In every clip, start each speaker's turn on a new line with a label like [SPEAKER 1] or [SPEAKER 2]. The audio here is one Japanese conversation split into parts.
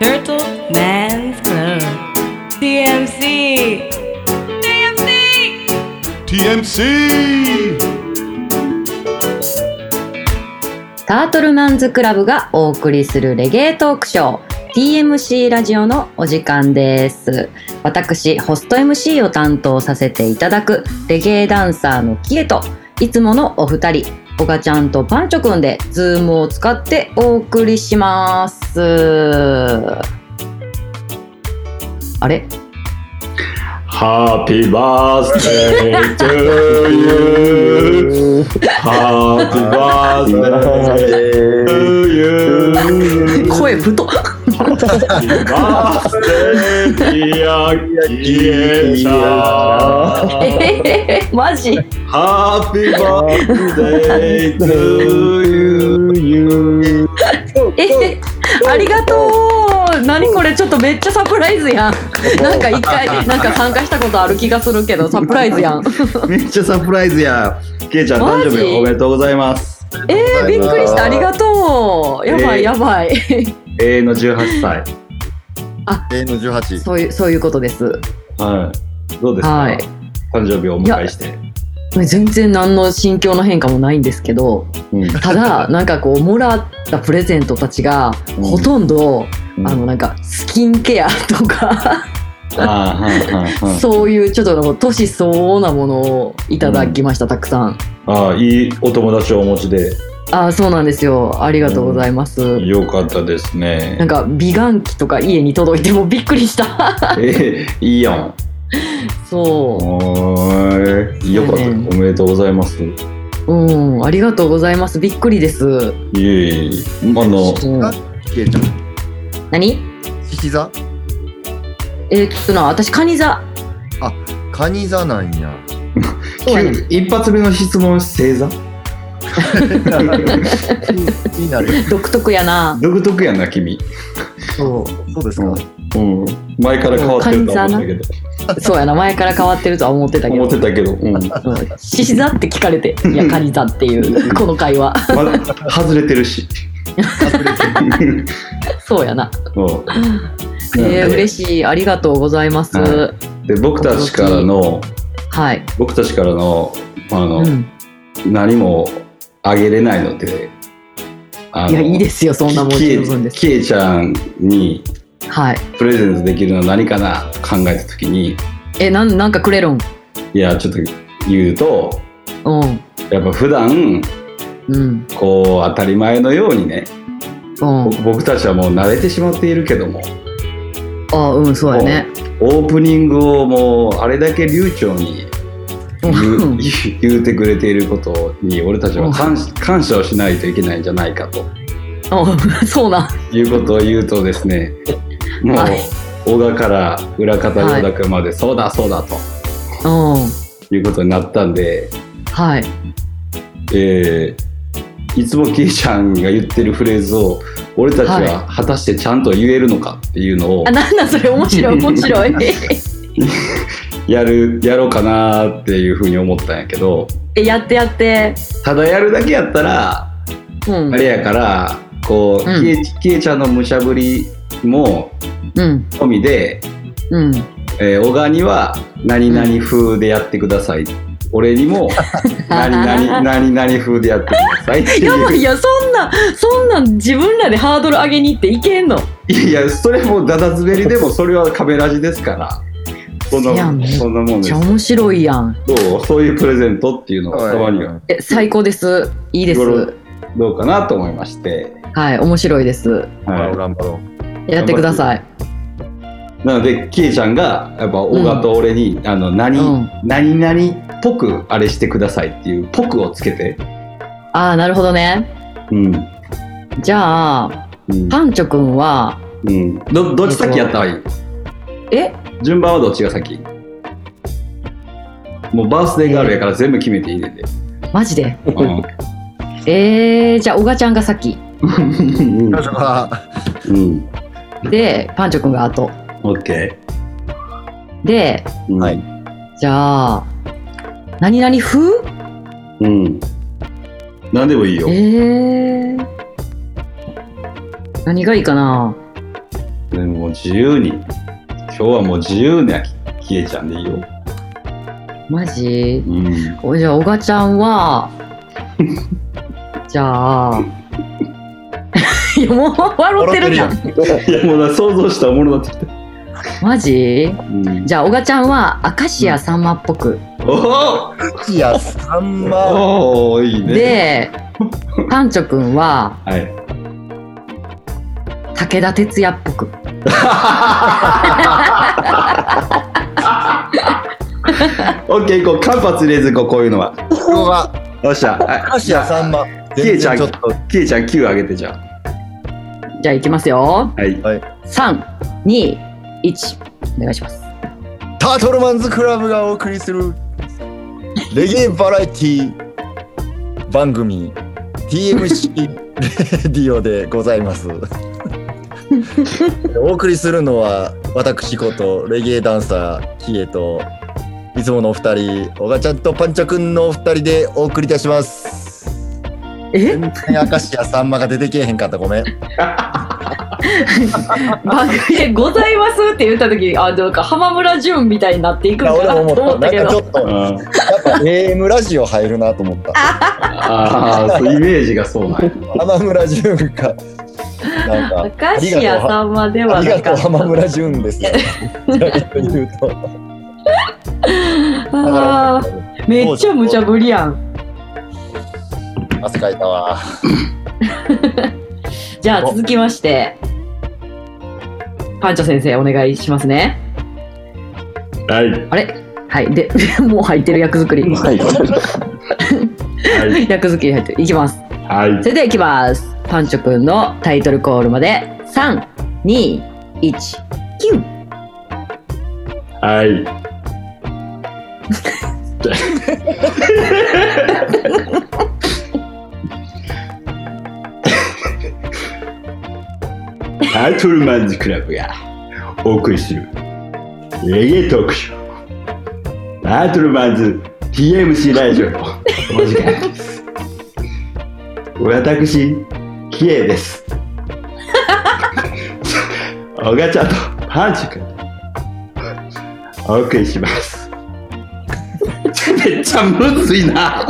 [SPEAKER 1] Turtle Man's Club. TMC. TMC.
[SPEAKER 2] TMC!
[SPEAKER 3] タートルマンズクラブがお送りするレゲエトークショー TMC ラジオのお時間です私ホスト MC を担当させていただくレゲエダンサーのキエといつものお二人オガちゃんとパンチョくんでズームを使ってお送りしますあれ
[SPEAKER 4] Happy birthday to you. Happy birthday to you.
[SPEAKER 3] 声太っ
[SPEAKER 4] Happy birthday, dear Kiesha.
[SPEAKER 3] えマジ
[SPEAKER 4] Happy birthday to you.
[SPEAKER 3] えありがとう何これちょっとめっちゃサプライズやんなんか一回なんか参加したことある気がするけどサプライズ やん
[SPEAKER 4] めっちゃサプライズや。けいちゃん
[SPEAKER 3] マ
[SPEAKER 4] 誕
[SPEAKER 3] ジ
[SPEAKER 4] 生日おめでとうございます。
[SPEAKER 3] えー、びっくりしたありがとうやば
[SPEAKER 4] えー
[SPEAKER 3] いやば い
[SPEAKER 4] 永遠の18歳。
[SPEAKER 2] A の18。
[SPEAKER 3] そういうそういうことです
[SPEAKER 4] はい。どうですか、
[SPEAKER 3] はい
[SPEAKER 4] 誕生日をお迎えして。
[SPEAKER 3] 全然何の心境の変化もないんですけど
[SPEAKER 4] うん
[SPEAKER 3] ただなんかこうもらったプレゼントたちが
[SPEAKER 4] うん
[SPEAKER 3] ほとんど、
[SPEAKER 4] うん
[SPEAKER 3] あのなんかスキンケアとか、
[SPEAKER 4] あーはいはいはい
[SPEAKER 3] そういうちょっとの年相応なものをいただきました、たくさん
[SPEAKER 4] ああいいお友達をお持ちで
[SPEAKER 3] あーそうなんですよありがとうございます、
[SPEAKER 4] よかったです
[SPEAKER 3] な
[SPEAKER 4] ね
[SPEAKER 3] ん。か美顔器とか家に届いてもびっくりした
[SPEAKER 4] えいいやん。
[SPEAKER 3] そ
[SPEAKER 4] はーいよかった。
[SPEAKER 3] そ
[SPEAKER 4] お
[SPEAKER 3] うね
[SPEAKER 4] めでとうございます。いう
[SPEAKER 3] うんありがとうございますびっくりです、
[SPEAKER 4] えいえ。あの
[SPEAKER 3] うん
[SPEAKER 2] あケイちゃん。
[SPEAKER 3] 何
[SPEAKER 2] 獅子座
[SPEAKER 3] えーっとな私カニ座
[SPEAKER 2] カニ座なんや。
[SPEAKER 3] そうやね
[SPEAKER 4] 急一発目の質問星座
[SPEAKER 2] 気になる。
[SPEAKER 3] 独特やな
[SPEAKER 4] 独特やな君。
[SPEAKER 3] そ
[SPEAKER 2] そうですか。
[SPEAKER 4] うん。前から変わってるとは思ったけど。
[SPEAKER 3] うそうやな前から変わってるとは思ってたけ
[SPEAKER 4] 思っ
[SPEAKER 3] ど
[SPEAKER 4] てたけど。うん。ま
[SPEAKER 3] うん獅子座って聞かれ ていやカニ座っていう この会話
[SPEAKER 4] 外れてるし。
[SPEAKER 3] そうやな
[SPEAKER 4] そう。
[SPEAKER 3] えー、嬉しいありがとうございます、
[SPEAKER 4] はで僕たちからの
[SPEAKER 3] はい、
[SPEAKER 4] 僕たちからのあの、
[SPEAKER 3] うん、
[SPEAKER 4] 何もあげれないので、あ
[SPEAKER 3] いやいいですよそんなもん
[SPEAKER 4] き
[SPEAKER 3] 十分です
[SPEAKER 4] きえちゃんに
[SPEAKER 3] はい
[SPEAKER 4] プレゼントできるのは何かなと考えた時に、
[SPEAKER 3] えなんなんかくれるん
[SPEAKER 4] いや、ちょっと言うと、
[SPEAKER 3] うん
[SPEAKER 4] やっぱ普段
[SPEAKER 3] うん
[SPEAKER 4] こう当たり前のようにね、
[SPEAKER 3] うん
[SPEAKER 4] 僕僕たちはもう慣れてしまっているけども、
[SPEAKER 3] あうんそうやね
[SPEAKER 4] オープニングをもうあれだけ流暢に言
[SPEAKER 3] うん
[SPEAKER 4] う 言うてくれていることに俺たちは感感謝をしないといけないんじゃないかと。
[SPEAKER 3] うんそうなん
[SPEAKER 4] いうことを言うとですね、もう、
[SPEAKER 3] はい
[SPEAKER 4] 小川から裏方ヨダ君まで、そうだそうだと
[SPEAKER 3] うん
[SPEAKER 4] いうことになったんで、
[SPEAKER 3] はい
[SPEAKER 4] えーいつもキイちゃんが言ってるフレーズを俺たちは果たしてちゃんと言えるのかっていうのを
[SPEAKER 3] あなんなんそれ面白い面白い
[SPEAKER 4] やる、やろうかなっていうふうに思ったんやけど
[SPEAKER 3] えやってやって
[SPEAKER 4] ただやるだけやったら
[SPEAKER 3] うん
[SPEAKER 4] あれやからこう、
[SPEAKER 3] うん
[SPEAKER 4] キエキエちゃんのむしゃぶりも
[SPEAKER 3] うん
[SPEAKER 4] 込みで
[SPEAKER 3] うん
[SPEAKER 4] えー、小川には何々風でやってください、俺に も何々何々風でやってください って
[SPEAKER 3] やば
[SPEAKER 4] いう
[SPEAKER 3] いやそんなそんなん自分らでハードル上げに行っていけんの
[SPEAKER 4] いやそれもダダ滑りでもそれはカメラジですからそんない
[SPEAKER 3] やめっちゃ
[SPEAKER 4] そんなもん
[SPEAKER 3] めっ
[SPEAKER 4] で
[SPEAKER 3] ち
[SPEAKER 4] す
[SPEAKER 3] ゃ面白いやん
[SPEAKER 4] どうそういうプレゼントっていうのを
[SPEAKER 2] はい
[SPEAKER 4] たまには
[SPEAKER 3] え最高ですいいです
[SPEAKER 4] ゴロどうかなと思いまして、
[SPEAKER 3] はい面白いです
[SPEAKER 2] 頑張ろう
[SPEAKER 4] は
[SPEAKER 2] 頑張ろ
[SPEAKER 3] やってください
[SPEAKER 4] い、なのでキエちゃんがやっぱ小川と俺に、あの何、
[SPEAKER 3] うん
[SPEAKER 4] 何々っぽくあれしてくださいっていう「ぽく」をつけて、
[SPEAKER 3] ああなるほどね
[SPEAKER 4] うん
[SPEAKER 3] じゃあ
[SPEAKER 4] うん
[SPEAKER 3] パンチョくんは
[SPEAKER 4] うん、どどっち先やったらいい
[SPEAKER 3] え
[SPEAKER 4] 順番はどっちが先もうバースデーガールやから全部決めていいねんで。
[SPEAKER 3] マジで
[SPEAKER 4] うん
[SPEAKER 3] えー、じゃあ小賀ちゃんが先
[SPEAKER 2] う。彼女は、
[SPEAKER 4] うん。
[SPEAKER 3] でパンチョくんが後
[SPEAKER 4] オッケ
[SPEAKER 3] で
[SPEAKER 4] ー。はい。
[SPEAKER 3] じゃあ何々風
[SPEAKER 4] うん。何でもいいよ。
[SPEAKER 3] えー、何がいいかな
[SPEAKER 4] でもう自由に。今日はもう自由なキエちゃんでいいよ。
[SPEAKER 3] マジ
[SPEAKER 4] うん。
[SPEAKER 3] おじゃあ、おがちゃん は、じゃあ、 いやもう笑ってるやん。
[SPEAKER 4] いやもうな想像したらおもろなってきた。
[SPEAKER 3] マジ
[SPEAKER 4] うん、
[SPEAKER 3] じゃあ、おがちゃんは、アカシアさんまっぽく。
[SPEAKER 4] おお
[SPEAKER 2] いや、さんま。
[SPEAKER 4] おおいいね。
[SPEAKER 3] で、パンチョくんは、
[SPEAKER 4] はい。
[SPEAKER 3] 武田鉄矢っぽく。
[SPEAKER 4] オッケー行こう。間髪入れず行こうこういうのは。
[SPEAKER 2] ここが、
[SPEAKER 4] よっしゃ。はい
[SPEAKER 2] アシアさんま。
[SPEAKER 4] キエちゃん
[SPEAKER 2] 全然ちょっと、
[SPEAKER 4] キエちゃん9上げてじゃ
[SPEAKER 3] じゃあ、いきますよ。
[SPEAKER 4] あ。はい。
[SPEAKER 3] 3、2、1、お願いします。
[SPEAKER 2] タートルマンズクラブがお送りする、レゲエバラエティ番組、TMC レディオでござい ます。お送りするのは、私こと、レゲエダンサー、キエと、いつものお二人、小賀ちゃんとパンチャくんのお二人でお送りいたします。
[SPEAKER 3] え
[SPEAKER 2] 全然明石家さんまが出てけえへんかった、ごめん。
[SPEAKER 3] 番組で「ございます」って言った時あなんか浜村淳みたいになっていくんか
[SPEAKER 2] 俺
[SPEAKER 3] なと
[SPEAKER 2] も
[SPEAKER 3] 思
[SPEAKER 2] 思
[SPEAKER 3] っ
[SPEAKER 2] ったた。
[SPEAKER 3] け
[SPEAKER 2] なんか
[SPEAKER 3] ど
[SPEAKER 2] ちょっと、やっ
[SPEAKER 4] あ
[SPEAKER 2] ぱ AM ラジオ入るなと思った。
[SPEAKER 4] あー、そうイメージがそうなんや。
[SPEAKER 2] 浜村淳か。なんか、
[SPEAKER 3] 明石家さんまで
[SPEAKER 2] あ
[SPEAKER 3] は
[SPEAKER 2] り
[SPEAKER 3] な
[SPEAKER 2] が
[SPEAKER 3] か
[SPEAKER 2] と
[SPEAKER 3] った
[SPEAKER 2] う、浜村淳です。逆に言うと。だ
[SPEAKER 3] あ
[SPEAKER 2] か
[SPEAKER 3] ーめっちゃ無茶ぶりやん
[SPEAKER 2] ら、汗かいたわ。
[SPEAKER 3] じゃあ続きましてパンチョ先生お願いしますね
[SPEAKER 4] はい。
[SPEAKER 3] あれはいでもう入ってる役作り
[SPEAKER 4] はい。
[SPEAKER 3] 役作り入ってるいきます
[SPEAKER 4] はい。
[SPEAKER 3] それではいきますパンチョくんのタイトルコールまで321キュン
[SPEAKER 4] はい。タートルマンズクラブがお送りするレゲエトークショータートルマンズ TMC ラジオのお時間です 私キエです おがちゃんとパンチ君お送りします。 めっちゃむずいな。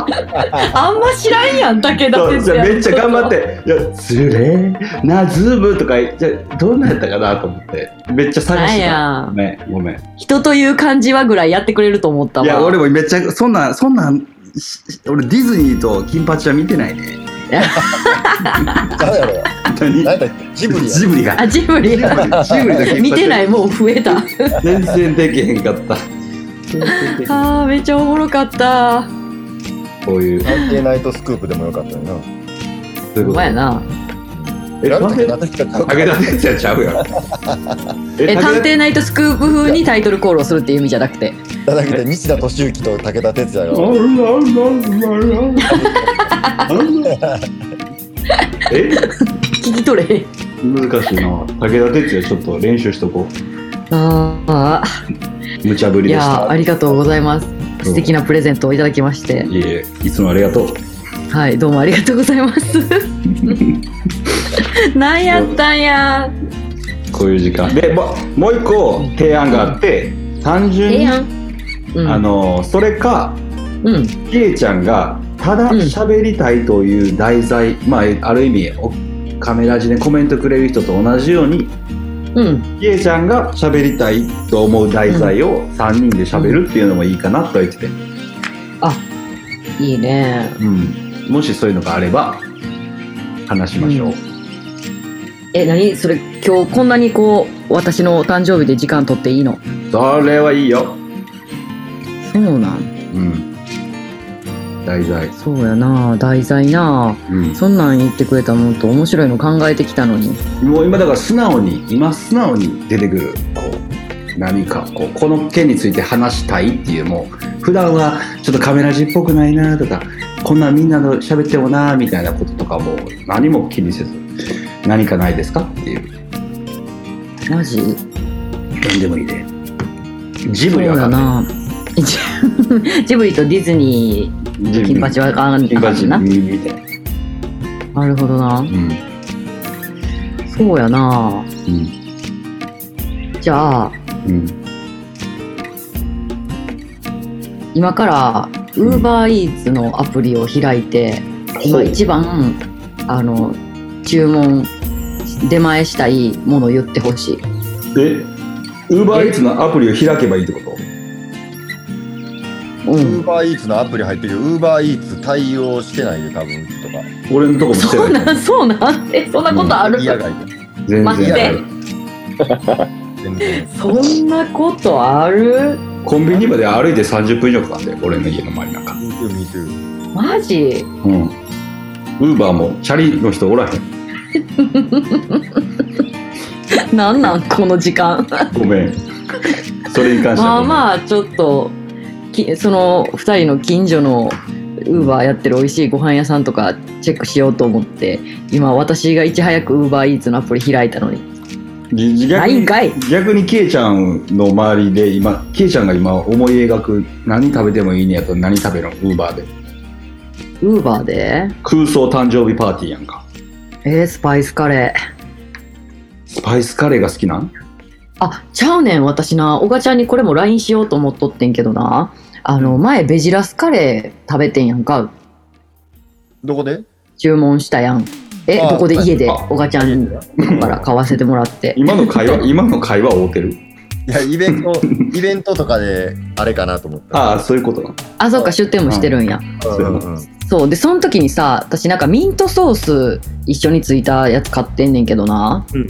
[SPEAKER 3] あんま知らんやんだけど
[SPEAKER 4] そうじゃあめっちゃ頑張って、いや、つれなズームとか、じゃどんなんやったかなと思って、めっちゃ探
[SPEAKER 3] なん
[SPEAKER 4] してた。
[SPEAKER 3] や
[SPEAKER 4] ごめん、ごめん。
[SPEAKER 3] 人という感じはぐらいやってくれると思ったわ
[SPEAKER 4] いや、俺もめっちゃ、そんなん、そんなん、し俺ディズニーと金八は見てないね。
[SPEAKER 2] ちゃうやろ。
[SPEAKER 4] 本当に
[SPEAKER 2] なんだっけジブリや。
[SPEAKER 4] ジブリが。
[SPEAKER 3] あジブ
[SPEAKER 4] ジ
[SPEAKER 3] リ
[SPEAKER 4] ブリと金八は
[SPEAKER 3] 見てないもう増え た
[SPEAKER 4] 全然できへんかった。全然できへん
[SPEAKER 3] あーめっちゃおもろかった
[SPEAKER 4] こういう。
[SPEAKER 2] 探偵ナイトスクープでもよかったよな。
[SPEAKER 4] そういうこ
[SPEAKER 3] ほん
[SPEAKER 4] と
[SPEAKER 3] まやな
[SPEAKER 4] え、
[SPEAKER 2] なん
[SPEAKER 4] なん
[SPEAKER 2] だっけ
[SPEAKER 4] で
[SPEAKER 2] なんだっけ
[SPEAKER 4] 武田鉄矢ちゃうやろ。
[SPEAKER 3] え
[SPEAKER 4] 武田
[SPEAKER 3] 探偵ナイトスクープ風にタイトルコールをするっていう意味じゃなくて
[SPEAKER 2] じゃなくて、西田敏行と武田鉄矢が。
[SPEAKER 4] え
[SPEAKER 3] 聞き取れへん
[SPEAKER 4] 難しいな武田鉄矢ちょっと練習しとこ
[SPEAKER 3] あ
[SPEAKER 4] う無茶ぶ
[SPEAKER 3] ー
[SPEAKER 4] り
[SPEAKER 3] い
[SPEAKER 4] でし
[SPEAKER 3] やー
[SPEAKER 4] た
[SPEAKER 3] ありがとうございます
[SPEAKER 4] ん
[SPEAKER 3] 素敵なプレゼントをいただきまして
[SPEAKER 4] いえいえいつもありがとう
[SPEAKER 3] はいどうもありがとうございます なんやったんや
[SPEAKER 4] こういう時間でももう一個提案があって単純
[SPEAKER 3] ええ
[SPEAKER 4] に
[SPEAKER 3] やんうん
[SPEAKER 4] あのそれか
[SPEAKER 3] うん
[SPEAKER 4] ひえちゃんがただ
[SPEAKER 3] うん
[SPEAKER 4] 喋りたいという題材、まあある意味おカメラ字でコメントくれる人と同じように
[SPEAKER 3] うん
[SPEAKER 4] ひえちゃんが喋りたいと思う題材を3人で喋るっていうのもいいかなとは言ってて、
[SPEAKER 3] いいね
[SPEAKER 4] うん、もしそういうのがあれば話しましょう、
[SPEAKER 3] うえ何それ今日こんなにこう私のお誕生日で時間取っていいの
[SPEAKER 4] それはいいよ、
[SPEAKER 3] そうなん
[SPEAKER 4] うん、題材、
[SPEAKER 3] そうやな題材な
[SPEAKER 4] う
[SPEAKER 3] そんなん言ってくれたもんと面白いの考えてきたのに
[SPEAKER 4] ん、もう今だから素直に今素直に出てくるこう何かこうこの件について話したいっていうもう普段はちょっとカメラ字っぽくないなとかこんなんみんなの喋ってもなみたいなこととかもう何も気にせず何かないですかっていう
[SPEAKER 3] マジ
[SPEAKER 4] 何でもいいでジ
[SPEAKER 3] そ
[SPEAKER 4] ブ
[SPEAKER 3] う
[SPEAKER 4] リは
[SPEAKER 3] や
[SPEAKER 4] わかん
[SPEAKER 3] なジ ジブリとディズニ
[SPEAKER 4] ないジ
[SPEAKER 3] ー
[SPEAKER 4] ブ
[SPEAKER 3] 金
[SPEAKER 4] リ
[SPEAKER 3] 八はあかんあ
[SPEAKER 4] 金
[SPEAKER 3] かん
[SPEAKER 4] 八
[SPEAKER 3] な
[SPEAKER 4] みたいな
[SPEAKER 3] なるほどな
[SPEAKER 4] うん
[SPEAKER 3] そうやな
[SPEAKER 4] うん
[SPEAKER 3] じゃあ
[SPEAKER 4] うん、
[SPEAKER 3] 今から
[SPEAKER 4] うん
[SPEAKER 3] UberEats のアプリを開いて、今一番あの注文出前したいものを言ってほし
[SPEAKER 4] え
[SPEAKER 3] い
[SPEAKER 4] ウーバーイーツのアプリを開けばいいってこと
[SPEAKER 3] う
[SPEAKER 2] ウー
[SPEAKER 3] ん
[SPEAKER 2] バーイーツのアプリ入ってるけど、ウーバーイーツ対応してないで、多分とか。
[SPEAKER 4] 俺のとこもして
[SPEAKER 3] そう
[SPEAKER 4] ない
[SPEAKER 3] なんそうなんえそんなことある、
[SPEAKER 2] 嫌がいで。
[SPEAKER 4] 全
[SPEAKER 3] 待
[SPEAKER 2] って
[SPEAKER 4] 然
[SPEAKER 2] 全然。
[SPEAKER 3] そんなことある
[SPEAKER 4] コンビニまで歩いて30分以上かかって俺の家の周りなんか
[SPEAKER 2] Me too, me too.
[SPEAKER 3] マジ
[SPEAKER 4] うんウーバーもチャリの人おらへん
[SPEAKER 3] なんなんこの時間
[SPEAKER 4] ごめんそれに関しては
[SPEAKER 3] まあ
[SPEAKER 4] ごめん
[SPEAKER 3] まあちょっときその2人の近所のウーバーやってる美味しいご飯屋さんとかチェックしようと思って今私がいち早くウーバーイーツのアプリ開いたのに
[SPEAKER 4] じじ
[SPEAKER 3] な
[SPEAKER 4] 逆
[SPEAKER 3] いん
[SPEAKER 4] に
[SPEAKER 3] かい
[SPEAKER 4] 逆にケイちゃんの周りで今ケイちゃんが今思い描く何食べてもいいねやと何食べるのウーバーで
[SPEAKER 3] ウーバーで
[SPEAKER 4] 空想誕生日パーティーやんか
[SPEAKER 3] えースパイスカレー
[SPEAKER 4] スパイスカレーが好きなん
[SPEAKER 3] あちゃうねん私なおがちゃんにこれも LINE しようと思っとってんけどなあの前ベジラスカレー食べてんやんか
[SPEAKER 2] どこで
[SPEAKER 3] 注文したやんえ
[SPEAKER 2] あ
[SPEAKER 3] どこで
[SPEAKER 2] はい
[SPEAKER 3] 家で
[SPEAKER 4] あ
[SPEAKER 3] おがちゃんから買わせてもらって
[SPEAKER 4] 今の会 話今の会話合うてる
[SPEAKER 2] いや、イベント、イベントとかで、あれかなと思った。
[SPEAKER 4] ああそういうことな
[SPEAKER 3] あそうか出店もしてるんや
[SPEAKER 4] そうやな
[SPEAKER 2] うんうん
[SPEAKER 3] そうでその時にさ私なんかミントソース一緒についたやつ買ってんねんけどな、
[SPEAKER 2] うん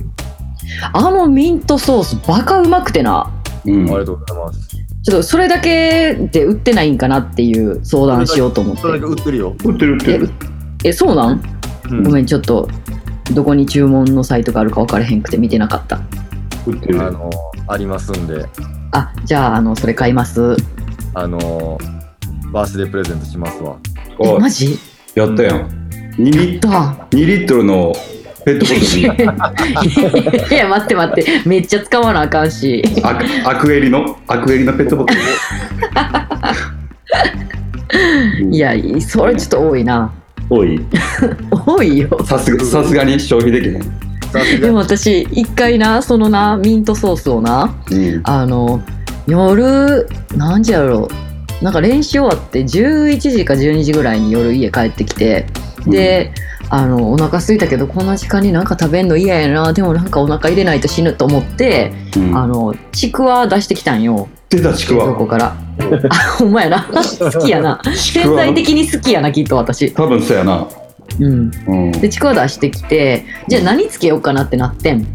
[SPEAKER 3] あのミントソースバカうまくてな
[SPEAKER 4] うん
[SPEAKER 2] ありがとうございます。
[SPEAKER 3] ちょっとそれだけで売ってないんかなっていう相談しようと思って
[SPEAKER 2] それだけ売ってるよ。
[SPEAKER 4] 売ってる売ってる
[SPEAKER 3] えそうなんごめんちょっとどこに注文のサイトがあるか分からへんくて見てなかった
[SPEAKER 4] 売ってる
[SPEAKER 2] あの、ありますんで、
[SPEAKER 3] あじゃああのそれ買います
[SPEAKER 2] あの、バースデープレゼントしますわ。
[SPEAKER 3] え
[SPEAKER 4] おい
[SPEAKER 3] マジ
[SPEAKER 4] やったやん 2, リ
[SPEAKER 3] だ
[SPEAKER 4] 2リットルのペットボトルに
[SPEAKER 3] いや待って待ってめっちゃ使わなあかんし
[SPEAKER 4] アクアクエリのアクエリのペットボトルを
[SPEAKER 3] いやいいそれちょっと多いな
[SPEAKER 4] 多い
[SPEAKER 3] 多いよ
[SPEAKER 4] さすがさすがに消費できへん、
[SPEAKER 2] さす
[SPEAKER 3] で
[SPEAKER 2] が
[SPEAKER 3] も私一回なそのなミントソースをな
[SPEAKER 4] うん、
[SPEAKER 3] あの夜何時やろなんか練習終わって11時か12時ぐらいに夜家帰ってきてで、あのお腹空いたけどこんな時間になんか食べんの嫌やなでもなんかお腹入れないと死ぬと思って、
[SPEAKER 4] うん、
[SPEAKER 3] あのちくわ出してきたんよ
[SPEAKER 4] 出たちく
[SPEAKER 3] 冷蔵庫
[SPEAKER 4] わ
[SPEAKER 3] から あほんまやな好きやな
[SPEAKER 4] く
[SPEAKER 3] 潜
[SPEAKER 4] わ
[SPEAKER 3] 在的に好きやなきっと私
[SPEAKER 4] 多分そうやな、
[SPEAKER 3] うん
[SPEAKER 4] うん、
[SPEAKER 3] でちくわ出してきてじゃあ何つけようかなってなってん切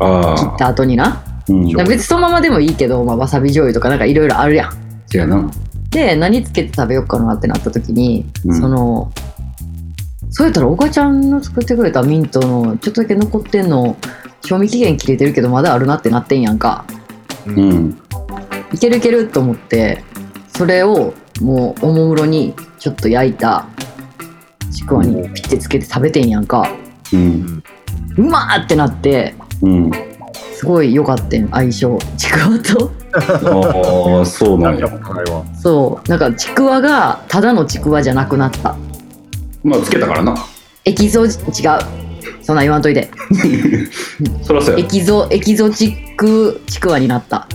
[SPEAKER 4] あ
[SPEAKER 3] っ
[SPEAKER 4] あ、
[SPEAKER 3] た後にな
[SPEAKER 4] うん、
[SPEAKER 3] 別にそのままでもいいけど、まあ、わさび醤油とかなんかいろいろあるやん
[SPEAKER 4] そうやな、
[SPEAKER 3] で何つけて食べようかなってなった時に
[SPEAKER 4] うん
[SPEAKER 3] そのそうやったらおかちゃんの作ってくれたミントのちょっとだけ残ってんの賞味期限切れてるけどまだあるなってなってんやんか
[SPEAKER 4] うん、
[SPEAKER 3] いけるいけると思ってそれをもうおもむろにちょっと焼いたちくわにピッてつけて食べてんやんか
[SPEAKER 4] うん、
[SPEAKER 3] うまーってなって
[SPEAKER 4] うん、
[SPEAKER 3] すごい良かったん相性ちくわと
[SPEAKER 4] ああ、そうなん
[SPEAKER 2] やっ
[SPEAKER 4] や。
[SPEAKER 2] ぱないわ。
[SPEAKER 3] そうなんかちくわがただのちくわじゃなくなった
[SPEAKER 4] まあ、つけたからな。
[SPEAKER 3] エキゾ違うそんなん言わんといて
[SPEAKER 4] そらそう
[SPEAKER 3] エ
[SPEAKER 4] や。
[SPEAKER 3] キゾエキゾチックちくわになった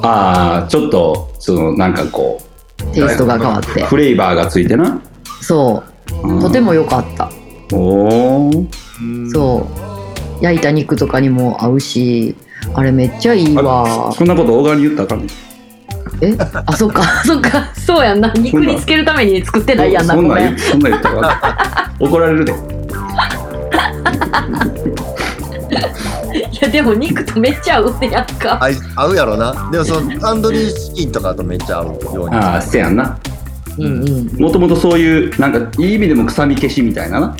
[SPEAKER 4] ああ、ちょっと、その、なんかこ
[SPEAKER 3] テイストが変わって
[SPEAKER 4] う、フレーバーがついてな。
[SPEAKER 3] そうとて
[SPEAKER 4] も。
[SPEAKER 3] も良かった
[SPEAKER 4] おお。
[SPEAKER 3] そう焼いた肉とかにも合うしあれめっちゃいい
[SPEAKER 4] あ
[SPEAKER 3] わ
[SPEAKER 4] そんなこと、大川に言ったらあかんね。
[SPEAKER 3] え あそっかそっかそうやんな肉につけるために作ってないやんな
[SPEAKER 4] そ
[SPEAKER 3] ご
[SPEAKER 4] ん
[SPEAKER 3] め
[SPEAKER 4] なん
[SPEAKER 3] ん
[SPEAKER 4] 言、 そんなん言ったらあかん。怒られるで。
[SPEAKER 3] いやでも肉とめっちゃ合うねやんか
[SPEAKER 2] あい合うやろな。でもそのタンドリーチキンとかとめっちゃ合うように。
[SPEAKER 4] ああ、せやんな。
[SPEAKER 3] うんうん
[SPEAKER 4] もともとそういう、なんか、いい意味でも臭み消しみたいなな。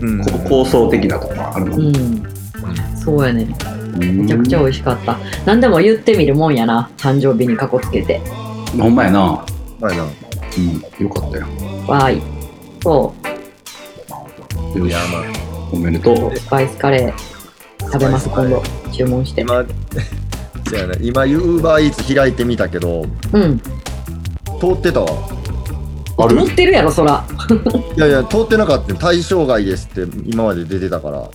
[SPEAKER 2] うん
[SPEAKER 4] こう構想的なとこがあるも。
[SPEAKER 3] うんんそうやね
[SPEAKER 4] め
[SPEAKER 3] めちゃくちゃ美味しかった何でも言ってみるもんやな誕生日にかこつけて
[SPEAKER 4] ほんまやな。
[SPEAKER 2] まいな。
[SPEAKER 4] うん、よかったよ。
[SPEAKER 3] わーいそ
[SPEAKER 4] よ
[SPEAKER 2] いや、
[SPEAKER 4] し
[SPEAKER 2] まあ、
[SPEAKER 4] おめでとう
[SPEAKER 3] う。スパイスカレー食べます今度注文して
[SPEAKER 2] 今、 そうやね、今、ユーバーイーツ開いてみたけど、
[SPEAKER 3] うん
[SPEAKER 2] 通ってたわ。
[SPEAKER 4] ある
[SPEAKER 3] 持ってるやろそら
[SPEAKER 2] いやいや、通ってなかったよ対象外ですって今まで出てたから。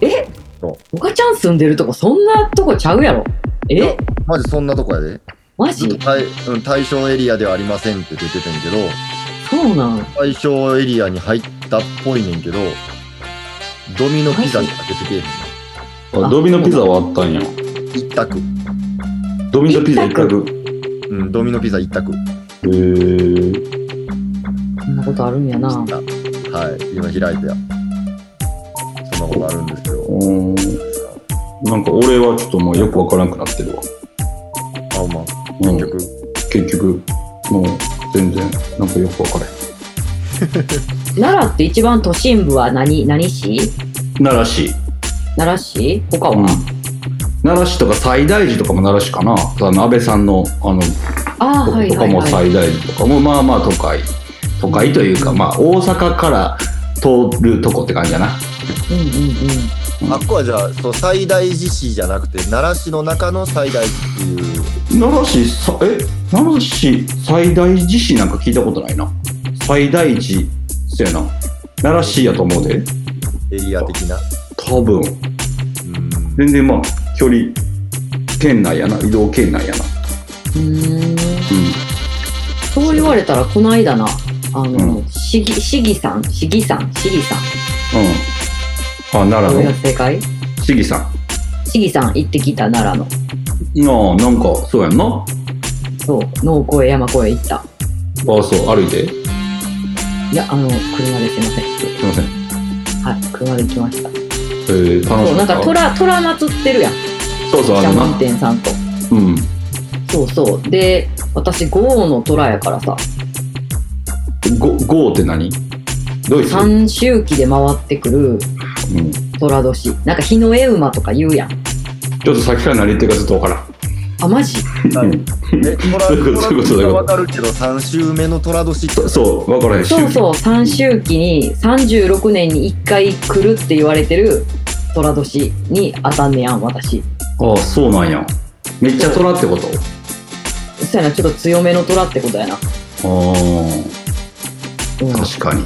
[SPEAKER 3] え
[SPEAKER 2] そ
[SPEAKER 3] おかちゃん住んでるとこそんなとこちゃうやろえ
[SPEAKER 2] まずそんなとこやで。
[SPEAKER 3] マ
[SPEAKER 2] ずっと
[SPEAKER 3] ジ
[SPEAKER 2] 対うん対象エリアではありませんって出ててんけど、
[SPEAKER 3] そうなん
[SPEAKER 2] 対象エリアに入ったっぽいねんけど、ドミノピザしか出てけえへんね
[SPEAKER 4] あドミノピザはあったんや。
[SPEAKER 2] ん。一択。
[SPEAKER 4] ドミノピザ一択。
[SPEAKER 2] うん、ドミノピザ一択。
[SPEAKER 4] へー
[SPEAKER 3] こんなことあるんやな。
[SPEAKER 2] はい、今開いてや。そんなことあるんですよ。
[SPEAKER 4] うーん。なんか俺はちょっともうよくわからなくなってるわ。
[SPEAKER 2] あ、まあ、
[SPEAKER 4] う
[SPEAKER 2] 結
[SPEAKER 4] ん
[SPEAKER 2] 局。
[SPEAKER 4] 結局、もう全然、なんかよくわからへん。
[SPEAKER 3] 奈良って一番都心部は何、何市
[SPEAKER 4] 奈良市。
[SPEAKER 3] 奈良市他
[SPEAKER 4] うん
[SPEAKER 3] は、
[SPEAKER 4] 奈良市とか西大寺とかも奈良市かな。あの安倍さんのあの
[SPEAKER 3] ああ、
[SPEAKER 4] と
[SPEAKER 3] はい
[SPEAKER 4] と
[SPEAKER 3] は
[SPEAKER 4] か
[SPEAKER 3] い
[SPEAKER 4] も
[SPEAKER 3] はい。
[SPEAKER 4] 西大寺とかもまあまあ都会都会というかまあ大阪から通るとこって感じだな
[SPEAKER 3] うんうんうん。
[SPEAKER 2] あっこはじゃあ、そう、最大寺市じゃなくて、奈良市の中の最大寺っていう。
[SPEAKER 4] 奈良市さえ奈良市最大寺市なんか聞いたことないな最大寺そやな奈良市やと思うで
[SPEAKER 2] エリア的な。
[SPEAKER 4] 多分
[SPEAKER 2] うん。
[SPEAKER 4] 全然まあ距離県内やな移動圏内やな
[SPEAKER 3] うーん
[SPEAKER 4] う
[SPEAKER 3] そう言われたらこの間なあの、
[SPEAKER 4] う
[SPEAKER 3] 市議市議さん市議さん市議さん
[SPEAKER 4] んうんあ奈
[SPEAKER 3] これ
[SPEAKER 4] 良
[SPEAKER 3] が
[SPEAKER 4] の
[SPEAKER 3] 正解
[SPEAKER 4] 市議さん
[SPEAKER 3] 市議さん行ってきた奈良の
[SPEAKER 4] ああなんかそうやんな
[SPEAKER 3] そう農工へ山越え行った
[SPEAKER 4] ああそう歩いてす
[SPEAKER 3] いやあの車ですいません
[SPEAKER 4] いません、え
[SPEAKER 3] はい車で行きました
[SPEAKER 4] ー、楽
[SPEAKER 3] そ
[SPEAKER 4] しか
[SPEAKER 3] うなん
[SPEAKER 4] った
[SPEAKER 3] か虎虎祭ってるやん
[SPEAKER 4] そうそうあ
[SPEAKER 3] ジャ
[SPEAKER 4] る
[SPEAKER 3] マン
[SPEAKER 4] な
[SPEAKER 3] 店さんと
[SPEAKER 4] うん
[SPEAKER 3] そうそうで私五王の虎やからさ
[SPEAKER 4] ゴゴーって何ドイツ、うん、
[SPEAKER 3] 三周期で回ってくる虎年なんか日の絵馬とか言うやん
[SPEAKER 4] ちょっと先から何言ってるかちょっとわからん
[SPEAKER 3] あマジ
[SPEAKER 2] え、トラ
[SPEAKER 4] そういうことそういうこと
[SPEAKER 2] 年はわかるけど、3週目の虎年って
[SPEAKER 4] そ。そうわからへん
[SPEAKER 3] そうそう3周期に36年に1回来るって言われてる寅年に当たんねやん私
[SPEAKER 4] ああそうなんやめっちゃ虎ってこと
[SPEAKER 3] そやなちょっと強めの虎ってことやな、
[SPEAKER 4] あ
[SPEAKER 3] うん
[SPEAKER 4] あ、確かに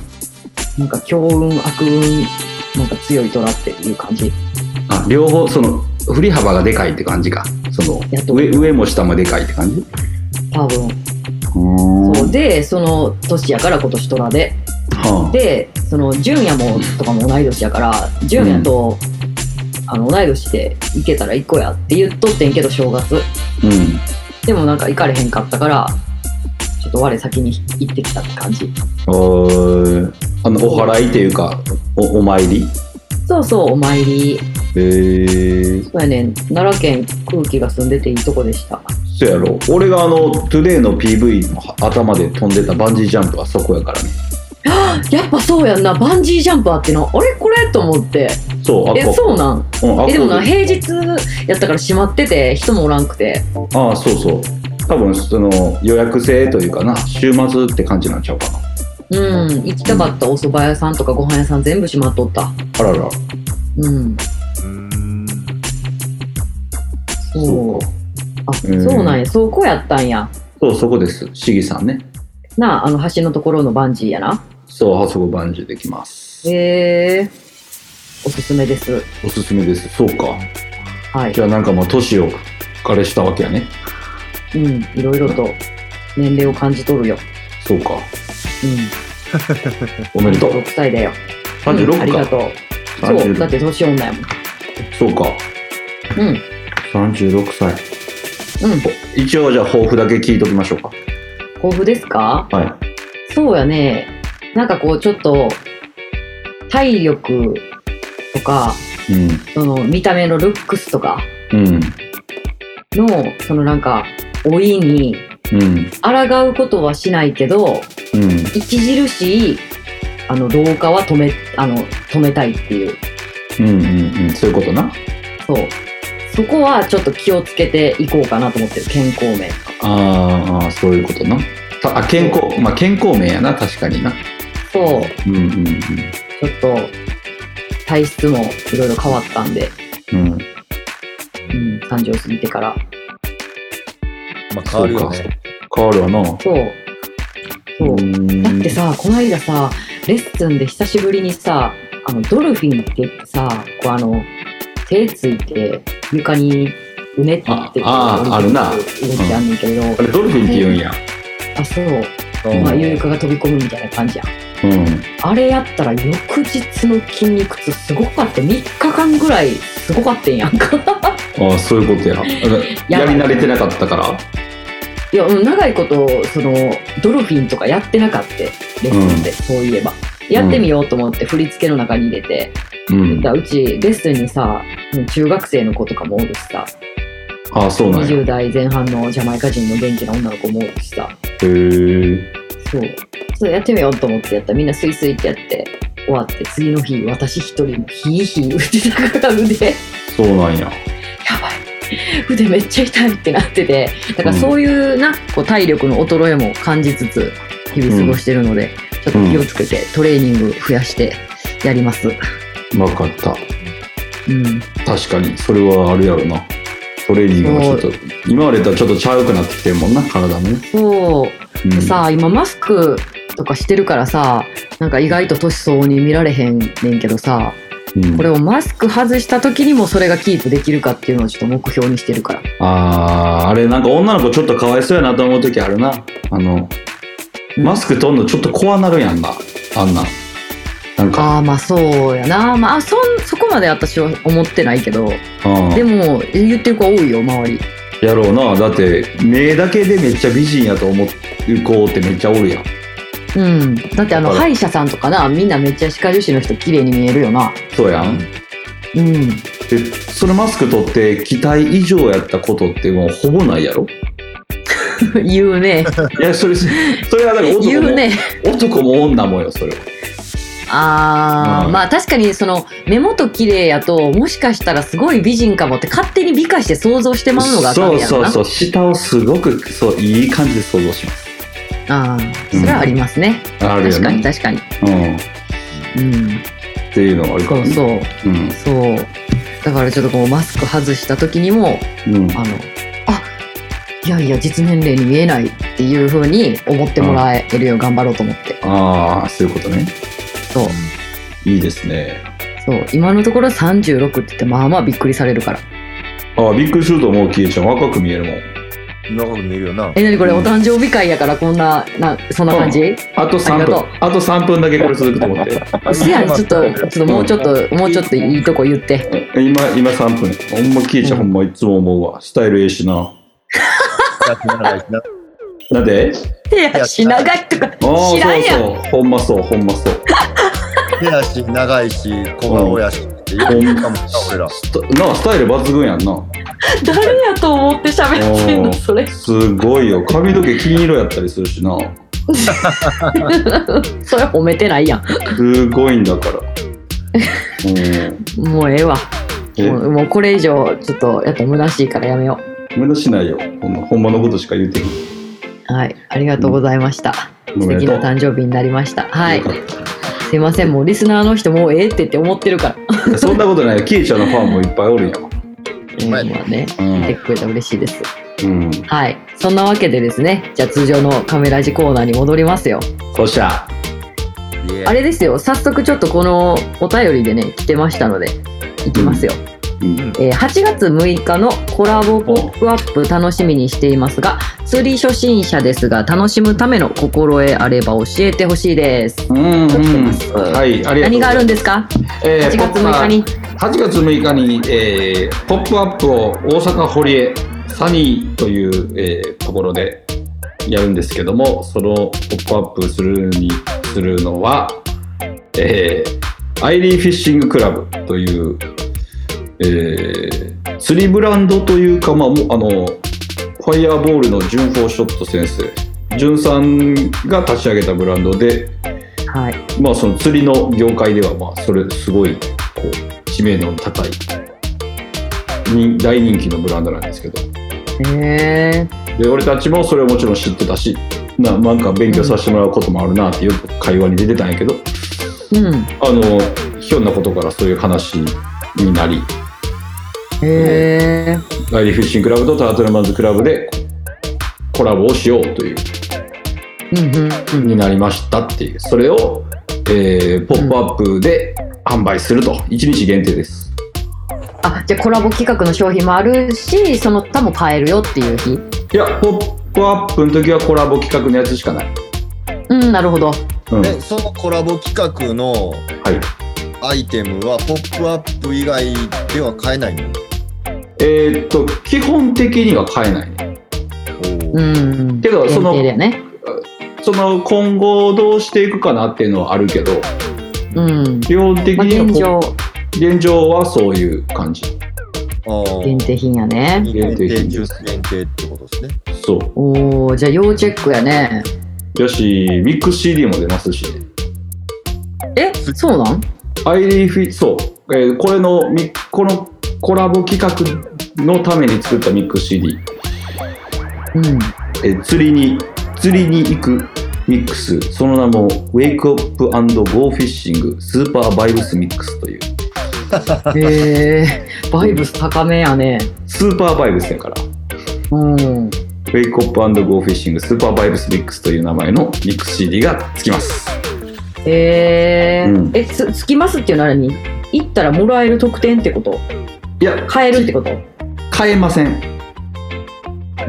[SPEAKER 3] なんか強運悪運なんか強い虎っていう感じ
[SPEAKER 4] あ両方その振り幅がでかいって感じかその
[SPEAKER 3] やっと
[SPEAKER 4] 上上も下もでかいって感じ
[SPEAKER 3] 多分
[SPEAKER 4] うん
[SPEAKER 3] そうでその年やから今年虎で
[SPEAKER 4] は
[SPEAKER 3] でその純也もとかも同い年やから純也と、あの同い年で行けたら行こうやって言っとってんけど正月
[SPEAKER 4] あうん
[SPEAKER 3] でもなんか行かれへんかったからちょっと我先に行ってきたって感じ
[SPEAKER 4] おーあのお祓いっていうかおお参り
[SPEAKER 3] そうそうお参り
[SPEAKER 4] へえ
[SPEAKER 3] そうやねん奈良県空気が澄んでていいとこでした
[SPEAKER 4] そやろ俺があのトゥデイの PV の頭で飛んでたバンジージャンプはそこやからね
[SPEAKER 3] やっぱそうやんなバンジージャンプあってのあれこれと思って
[SPEAKER 4] そう
[SPEAKER 3] え
[SPEAKER 4] あ
[SPEAKER 3] そう
[SPEAKER 4] こ
[SPEAKER 3] なん
[SPEAKER 4] うんあ
[SPEAKER 3] えでもな
[SPEAKER 4] こ
[SPEAKER 3] 平日やったから閉まってて人もおらんくて
[SPEAKER 4] ああそうそう多分その予約制というかな週末って感じなんちゃうかな
[SPEAKER 3] うん行きたかったお蕎麦屋さんとかご飯屋さん全部閉まっとった
[SPEAKER 4] あらら
[SPEAKER 3] うん
[SPEAKER 2] うん。
[SPEAKER 3] そうあ
[SPEAKER 4] うん
[SPEAKER 3] そうなんやそこやったんや
[SPEAKER 4] そうそこです市議さんね
[SPEAKER 3] なああの橋のところのバンジーやな
[SPEAKER 4] そうあそこバンジーできます
[SPEAKER 3] へえおすすめです
[SPEAKER 4] おすすめですそうか
[SPEAKER 3] はい
[SPEAKER 4] じゃあなんかもう年を彼したわけやね
[SPEAKER 3] うんいろいろと年齢を感じ取るよ
[SPEAKER 4] そうか
[SPEAKER 3] うん
[SPEAKER 4] おめでとう
[SPEAKER 3] 6歳だよ
[SPEAKER 4] 36
[SPEAKER 3] うんありが
[SPEAKER 4] か、
[SPEAKER 3] とう。そう、だって年女やもん。
[SPEAKER 4] そうか
[SPEAKER 3] うん、う
[SPEAKER 4] 36歳
[SPEAKER 3] ん。
[SPEAKER 4] 一応じゃあ抱負だけ聞いときましょうか
[SPEAKER 3] 抱負ですか
[SPEAKER 4] は
[SPEAKER 3] そうやね。なんかこう、ちょっと、体力とか、
[SPEAKER 4] いうん
[SPEAKER 3] その、見た目のルックスとか
[SPEAKER 4] うん
[SPEAKER 3] の、そのなんか、老いに、
[SPEAKER 4] うん
[SPEAKER 3] 抗うことはしないけど、
[SPEAKER 4] うん
[SPEAKER 3] 著しい、あの、老化は止め、あの、止めたいっていう。
[SPEAKER 4] うんうんうんそういうことな
[SPEAKER 3] そう。そこはちょっと気をつけていこうかなと思ってる。健康面とか。
[SPEAKER 4] あーあーそういうことなたあ健康まあ健康面やな確かにな
[SPEAKER 3] そう。
[SPEAKER 4] うんうん
[SPEAKER 3] ちょっと体質もいろいろ変わったんで、
[SPEAKER 4] うんうん
[SPEAKER 3] うん、30を過ぎてから。
[SPEAKER 2] まあ、変わるよ
[SPEAKER 4] そう
[SPEAKER 2] ね。
[SPEAKER 4] 変わるわな
[SPEAKER 3] そう。そう。
[SPEAKER 4] ん
[SPEAKER 3] だってさ、この間さ、レッスンで久しぶりにさ、あの、ドルフィンって言ってさ、こうあの、手ついて床にうねってって
[SPEAKER 4] あああるな
[SPEAKER 3] 動きあんねんけど、
[SPEAKER 4] あれドルフィンって言うんや。
[SPEAKER 3] あそう、
[SPEAKER 2] うん
[SPEAKER 3] まあ、ゆうかが飛び込むみたいな感じやん
[SPEAKER 4] うん。
[SPEAKER 3] あれやったら翌日の筋肉痛すごかった3日間ぐらいすごかったんやんか
[SPEAKER 4] ああ、そういうことや。やり慣れてなかったから。
[SPEAKER 3] いやうん長いことそのドルフィンとかやってなかったレッスンで、そういえばやってみようと思って振り付けの中に入れて、
[SPEAKER 4] うん
[SPEAKER 3] だ。からうちレッスンにさ中学生の子とかもおるしさ
[SPEAKER 4] ああ、そうなんや。へ
[SPEAKER 3] 20代前半のジャマイカ人の元気な女の子もおるしさ
[SPEAKER 4] え。
[SPEAKER 3] そうそれやってみようと思ってやったらみんなスイスイってやって終わって次の日私一人もヒーヒー打ってたから腕や
[SPEAKER 4] そうなんや。
[SPEAKER 3] ばい腕めっちゃ痛いってなっててだからそういうな、こう体力の衰えも感じつつ日々過ごしてるので、ちょっと気をつけてトレーニング増やしてやります
[SPEAKER 4] わかった。
[SPEAKER 3] うん
[SPEAKER 4] 確かに、それはあるやろな。トレーニングがちょっと、今までとはちょっとちゃうくなってきてるもんな、体もね。
[SPEAKER 3] そう
[SPEAKER 4] うん、
[SPEAKER 3] さあ今マスクとかしてるからさなんか意外と年相応に見られへんねんけどさ
[SPEAKER 4] うん
[SPEAKER 3] これをマスク外した時にもそれがキープできるかっていうのをちょっと目標にしてるから
[SPEAKER 4] ああ、あれ、なんか女の子ちょっとかわいそうやなと思う時あるな。あの、マスクとんのちょっと怖なるやんな、あんな。なんか、
[SPEAKER 3] ああまあそうやなまああそんそこまで私は思ってないけど
[SPEAKER 4] うん
[SPEAKER 3] でも言ってる子多いよ周り
[SPEAKER 4] やろうな。だって、目だけでめっちゃ美人やと思う子ってめっちゃおるやん。
[SPEAKER 3] うんだってあの
[SPEAKER 4] わかる
[SPEAKER 3] 歯医者さんとかなみんなめっちゃ歯科助手の人綺麗に見えるよな
[SPEAKER 4] そうやん。
[SPEAKER 3] うん
[SPEAKER 4] で、そのマスク取って、期待以上やったことってもうほぼないや ろ
[SPEAKER 3] 言 うね
[SPEAKER 4] いや、それ、それはだから男
[SPEAKER 3] 言
[SPEAKER 4] も、
[SPEAKER 3] うね
[SPEAKER 4] 男も女もよ、それは。
[SPEAKER 3] あー、
[SPEAKER 4] うん
[SPEAKER 3] まあ確かにその目元綺麗やともしかしたらすごい美人かもって勝手に美化して想像してまうのがあかん
[SPEAKER 4] そう
[SPEAKER 3] やろ
[SPEAKER 4] そう
[SPEAKER 3] な
[SPEAKER 4] そう。下をすごく、そう、いい感じで想像します。
[SPEAKER 3] あーそれはありますね、
[SPEAKER 4] あるよ
[SPEAKER 3] 確かに
[SPEAKER 4] ね。
[SPEAKER 3] 確かに
[SPEAKER 4] うん。っ
[SPEAKER 3] うん
[SPEAKER 4] ていうのがあるか
[SPEAKER 3] そ
[SPEAKER 4] ら
[SPEAKER 3] う
[SPEAKER 4] ね。
[SPEAKER 3] そう
[SPEAKER 4] うん。
[SPEAKER 3] そうだからちょっとこうマスク外した時にも
[SPEAKER 4] うん、
[SPEAKER 3] あのあいやいや実年齢に見えないっていう風に思ってもらえるよう頑張ろうと思って
[SPEAKER 4] ああそういうことね
[SPEAKER 3] そう
[SPEAKER 4] いいですね
[SPEAKER 3] そう今のところ36って言ってまあまあびっくりされるから
[SPEAKER 4] ああびっくりすると思うキエちゃん若く見えるもん
[SPEAKER 2] 今から見えるよな
[SPEAKER 3] えなにこれ
[SPEAKER 4] うん
[SPEAKER 3] お誕生日会やからこんななそんな感じ、
[SPEAKER 4] あと
[SPEAKER 3] あ
[SPEAKER 4] 3
[SPEAKER 3] りが
[SPEAKER 4] 分
[SPEAKER 3] とう
[SPEAKER 4] あと3分だけこれ続くと思 って
[SPEAKER 3] せやんちょっと、ちょっともうちょっと、もうちょっといいとこ言って。
[SPEAKER 4] 今今3分ほんまキエちゃん、
[SPEAKER 3] うん
[SPEAKER 4] ほんまいつも思うわスタイルええしな
[SPEAKER 2] やってながら
[SPEAKER 4] なんで
[SPEAKER 3] 手足長いとか、
[SPEAKER 4] ああ
[SPEAKER 3] 知らんやん。
[SPEAKER 4] そうそうほんまそうほんまそう
[SPEAKER 2] 手足長いし小顔やしって言うかもな俺ら
[SPEAKER 4] スタなあスタイル抜群やんな
[SPEAKER 3] 誰やと思って喋ってんの、それ。
[SPEAKER 4] すごいよ髪の毛金色やったりするしな
[SPEAKER 3] それ褒めてないやん。
[SPEAKER 4] すごいんだからうん
[SPEAKER 3] もうええわ。
[SPEAKER 4] え
[SPEAKER 3] もうもうこれ以上、ちょっと、やっぱ虚しいからやめよ
[SPEAKER 4] 無駄しないよほんまほんまのことしか言うてへん
[SPEAKER 3] う。はい。ありがとうございました。
[SPEAKER 4] お
[SPEAKER 3] 素
[SPEAKER 4] めで
[SPEAKER 3] 敵
[SPEAKER 4] とう
[SPEAKER 3] な誕生日になりました。はい
[SPEAKER 4] よか。っ
[SPEAKER 3] すいません、もうリスナーの人もうええって言って思ってるから。
[SPEAKER 4] たそんなことないキエちゃんのファンもいっぱいおるやん
[SPEAKER 3] ええ
[SPEAKER 2] まいね
[SPEAKER 3] まあね、
[SPEAKER 4] うん
[SPEAKER 3] 来てくれたら嬉しいです。
[SPEAKER 4] うん。
[SPEAKER 3] はい。そんなわけでですね、じゃあ通常のカメラジコーナーに戻りますよ。
[SPEAKER 4] そしゃ。
[SPEAKER 3] あれですよ、早速ちょっとこのお便りでね、来てましたので、いきますよ。
[SPEAKER 4] うん。
[SPEAKER 3] えー8月6日のコラボポップアップ楽しみにしていますが、釣り初心者ですが、楽しむための心得あれば教えてほしいです。
[SPEAKER 4] うん、うん。はい、ありがとう。
[SPEAKER 3] 何があるんですか
[SPEAKER 4] え
[SPEAKER 3] ?8
[SPEAKER 4] ー
[SPEAKER 3] 月6日。に。
[SPEAKER 4] 8月6日に、えーポップアップを大阪堀江サニーという、えーところでやるんですけども、そのポップアップするにするのは、えーアイリーフィッシングクラブという、えー釣りブランドというか、まあ、もうあの、ファイアーボールのジュン・フォーショット先生、ジュンさんが立ち上げたブランドで、
[SPEAKER 3] はい。
[SPEAKER 4] まあその釣りの業界ではまあそれすごいこう知名度の高い人大人気のブランドなんですけど
[SPEAKER 3] へ
[SPEAKER 4] で俺たちもそれをもちろん知ってたしななんか勉強させてもらうこともあるなってよく会話に出てたんやけど
[SPEAKER 3] ー。うん。
[SPEAKER 4] あのひょんなことからそういう話になり
[SPEAKER 3] へー。
[SPEAKER 4] ライリーフィッシングクラブとタートルマンズクラブでコラボをしようという
[SPEAKER 3] うんうん
[SPEAKER 4] になりましたっていうそれを、えーポップアップで販売すると1日限定です。
[SPEAKER 3] あじゃあコラボ企画の商品もあるしその他も買えるよっていう日
[SPEAKER 4] いや「ポップアップの時はコラボ企画のやつしかない、
[SPEAKER 3] うんなるほど
[SPEAKER 4] うん、
[SPEAKER 2] でそのコラボ企画の
[SPEAKER 4] はい
[SPEAKER 2] アイテムは「ポップアップ以外では買えないの
[SPEAKER 4] えーっと基本的には買えないね
[SPEAKER 3] う
[SPEAKER 2] おー
[SPEAKER 3] ん
[SPEAKER 4] けどそ
[SPEAKER 3] 限
[SPEAKER 4] の
[SPEAKER 3] 定だよね
[SPEAKER 4] その今後どうしていくかなっていうのはあるけど
[SPEAKER 3] うん、
[SPEAKER 4] 基本的
[SPEAKER 3] まあ、
[SPEAKER 4] には
[SPEAKER 3] 現状
[SPEAKER 4] 現状はそういう感じ
[SPEAKER 2] あー
[SPEAKER 3] 限定品やね
[SPEAKER 2] 限
[SPEAKER 4] 限
[SPEAKER 2] 定
[SPEAKER 4] 定
[SPEAKER 2] ジュース限定ってことですね
[SPEAKER 4] そう
[SPEAKER 3] おおじゃあ要チェックやね
[SPEAKER 4] よしミックス CD も出ますしね
[SPEAKER 3] えそうなん
[SPEAKER 4] アイリーフィそう、えーこれのミこのコラボ企画のために作ったミックス CD、
[SPEAKER 3] うん
[SPEAKER 4] えー釣りに釣りに行くミックスその名も「ウェイクアップゴーフィッシングスーパーバイブスミックス」という
[SPEAKER 3] へえバイブス高めやね
[SPEAKER 4] スーパーバイブスやから
[SPEAKER 3] うん
[SPEAKER 4] ウェイクアップゴーフィッシングスーパーバイブスミックスという名前のミックス CD がつきます
[SPEAKER 3] へえ、
[SPEAKER 4] うん
[SPEAKER 3] えつつきますっていうのは何行ったらもらえる特典ってこと
[SPEAKER 4] いや
[SPEAKER 3] 買えるってこと
[SPEAKER 4] 買えません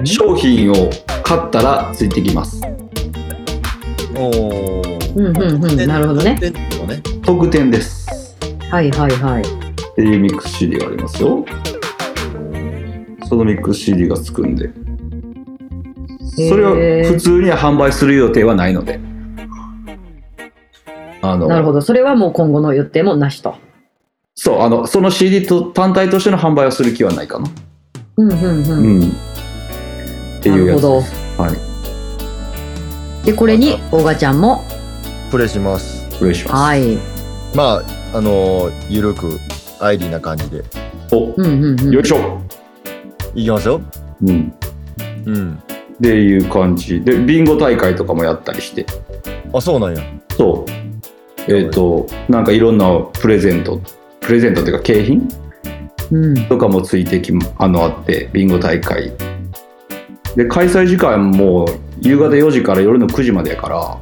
[SPEAKER 4] 商品を買ったらついてきます
[SPEAKER 2] おー
[SPEAKER 3] うんうんうんなるほどね
[SPEAKER 2] 限定ってことね
[SPEAKER 4] 特典です
[SPEAKER 3] はいはいはい
[SPEAKER 4] っていうミックス CD がありますよそのミックス CD がつくんでそれ
[SPEAKER 3] へ
[SPEAKER 4] は
[SPEAKER 3] ー
[SPEAKER 4] 普通には販売する予定はないのであの
[SPEAKER 3] なるほどそれはもう今後の予定もなしと
[SPEAKER 4] そうあのその CD と単体としての販売をする気はないかな
[SPEAKER 3] うんうんう
[SPEAKER 4] うんん、って
[SPEAKER 3] ないる
[SPEAKER 4] うや
[SPEAKER 3] ほ
[SPEAKER 4] つ
[SPEAKER 3] ど
[SPEAKER 4] はい
[SPEAKER 3] でこれにオガちゃんも
[SPEAKER 2] プレイします
[SPEAKER 4] お願いします、
[SPEAKER 3] はい
[SPEAKER 2] まああのーゆるくアイリーな感じで
[SPEAKER 4] お
[SPEAKER 3] うんうんうん
[SPEAKER 4] よいしょ、
[SPEAKER 2] いきますよ
[SPEAKER 4] うん、
[SPEAKER 2] うん
[SPEAKER 4] っていう感じでビンゴ大会とかもやったりして
[SPEAKER 2] あそうなんや
[SPEAKER 4] そうえっ、となんかいろんなプレゼントプレゼントっていうか景品
[SPEAKER 3] うん
[SPEAKER 4] とかもついてきあのあってビンゴ大会で開催時間も夕方4時から夜の9時までやから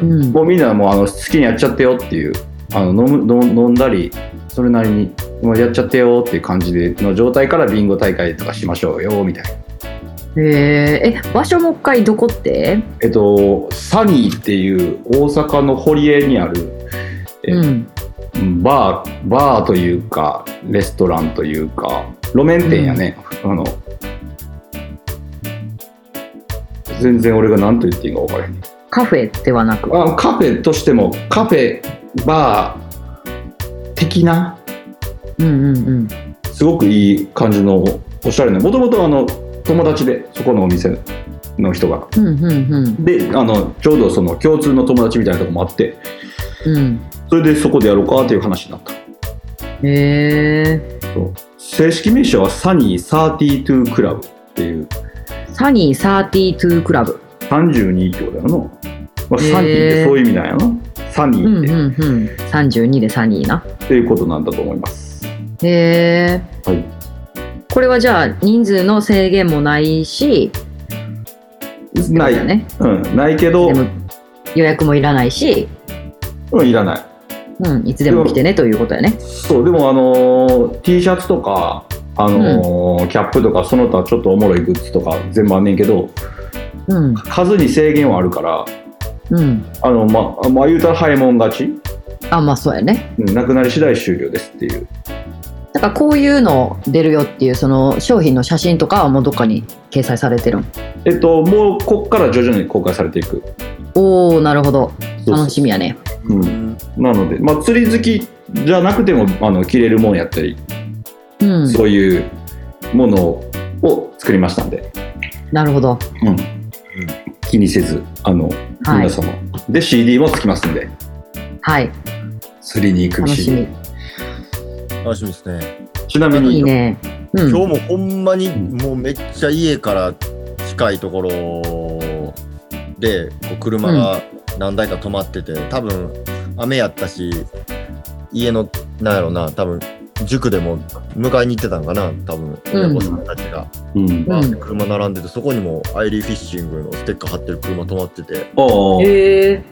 [SPEAKER 3] うん
[SPEAKER 4] もうみんなもうあの好きにやっちゃってよっていうあの飲む飲飲んだりそれなりにもうやっちゃってよっていう感じでの状態からビンゴ大会とかしましょうよみたいな
[SPEAKER 3] へええ場所もう一回どこって
[SPEAKER 4] えっとサニーっていう大阪の堀江にあるえ
[SPEAKER 3] うん
[SPEAKER 4] うんバー、バーというか、レストランというか、路面店やね。あの、全然俺が何と言っていいか分からへんね。
[SPEAKER 3] カフェではなく
[SPEAKER 4] あカフェとしても、カフェ、バー的な、
[SPEAKER 3] うんうんうん
[SPEAKER 4] すごくいい感じのおしゃれな、もともとあの、友達で、そこのお店の人が。
[SPEAKER 3] うんうんうん
[SPEAKER 4] で、あの、ちょうどその共通の友達みたいなとこもあって、
[SPEAKER 3] うん
[SPEAKER 4] それでそこでやろうかっていう話になった。
[SPEAKER 3] へえ
[SPEAKER 4] そう正式名称はサニー32クラブっていう
[SPEAKER 3] サニー32クラブ
[SPEAKER 4] 32ってことやろな、まあ、
[SPEAKER 3] へー
[SPEAKER 4] サニーってそういう意味なんやなサニ
[SPEAKER 3] う
[SPEAKER 4] ー
[SPEAKER 3] ん
[SPEAKER 4] っ
[SPEAKER 3] うん
[SPEAKER 4] て、
[SPEAKER 3] うん32でサニーな
[SPEAKER 4] っていうことなんだと思います
[SPEAKER 3] へえ、
[SPEAKER 4] はい
[SPEAKER 3] これはじゃあ人数の制限もないし
[SPEAKER 4] ない、
[SPEAKER 3] だよね
[SPEAKER 4] うん、ないけど
[SPEAKER 3] でも予約もいらないし、
[SPEAKER 4] うんいらない
[SPEAKER 3] うん、いつでも来てねということやね
[SPEAKER 4] そうでもあのー T シャツとかあのーキャップとかその他ちょっとおもろいグッズとか全部あんねんけど
[SPEAKER 3] うん
[SPEAKER 4] 数に制限はあるから
[SPEAKER 3] うん
[SPEAKER 4] あのまあまあ言うたら早いもん勝ち、
[SPEAKER 3] あまあそうやね
[SPEAKER 4] うん、なくなり次第終了ですっていう
[SPEAKER 3] だからこういうの出るよっていうその商品の写真とかはもうどっかに掲載されてるん
[SPEAKER 4] えっともうこっから徐々に公開されていく
[SPEAKER 3] おおなるほど
[SPEAKER 4] そうそう
[SPEAKER 3] 楽しみやね
[SPEAKER 4] うん
[SPEAKER 2] うん
[SPEAKER 4] なので、まあ、釣り好きじゃなくてもあの着れるもんやったり、
[SPEAKER 3] うん
[SPEAKER 4] そういうものを作りましたんで、
[SPEAKER 3] なるほど
[SPEAKER 4] うん気にせずあの、
[SPEAKER 3] はい
[SPEAKER 4] 皆様で CD もつきますんで
[SPEAKER 3] はい
[SPEAKER 4] 釣りに行く
[SPEAKER 3] 楽し
[SPEAKER 4] CD
[SPEAKER 3] み
[SPEAKER 2] 楽しみですね、
[SPEAKER 4] ちなみに
[SPEAKER 3] いいねうん
[SPEAKER 2] 今日もほんまにもうめっちゃ家から近いところでこう車が何台か止まってて、多分雨やったし家のなんやろな多分塾でも迎えに行ってたんかな多分親御さんたちが、
[SPEAKER 4] うん、
[SPEAKER 2] バーって
[SPEAKER 3] う
[SPEAKER 2] 車並んでてそこにもアイリーフィッシングのステッカー貼ってる車止まってて
[SPEAKER 4] ああ、
[SPEAKER 3] へえ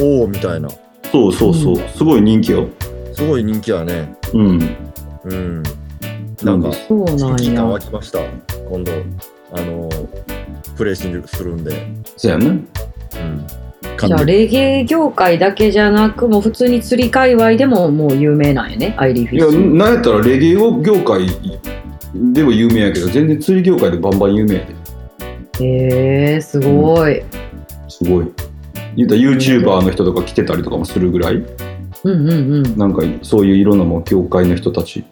[SPEAKER 2] おおみたいな
[SPEAKER 4] そうそうそう、すごい人気よ、
[SPEAKER 2] すごい人気やね
[SPEAKER 4] うん、
[SPEAKER 2] うんなんか、
[SPEAKER 3] そうなん
[SPEAKER 2] 危機
[SPEAKER 3] や。
[SPEAKER 2] 感湧きました。今度、あの、プレイするするんで。
[SPEAKER 4] そうやね。
[SPEAKER 2] うん。
[SPEAKER 3] じゃあレゲエ業界だけじゃなくもう普通に釣り界隈でももう有名なんやねアイリーフ
[SPEAKER 4] い
[SPEAKER 3] ィ
[SPEAKER 4] や、
[SPEAKER 3] ッシュ
[SPEAKER 4] なんやったらレゲエ業界でも有名やけど、全然釣り業界でバンバン有名やで。
[SPEAKER 3] へえー、すごい、
[SPEAKER 4] すごい。言うたら YouTuber の人とか来てたりとかもするぐらい、
[SPEAKER 3] うん、うんうん
[SPEAKER 4] なんかそういういろんなもう業界の人たち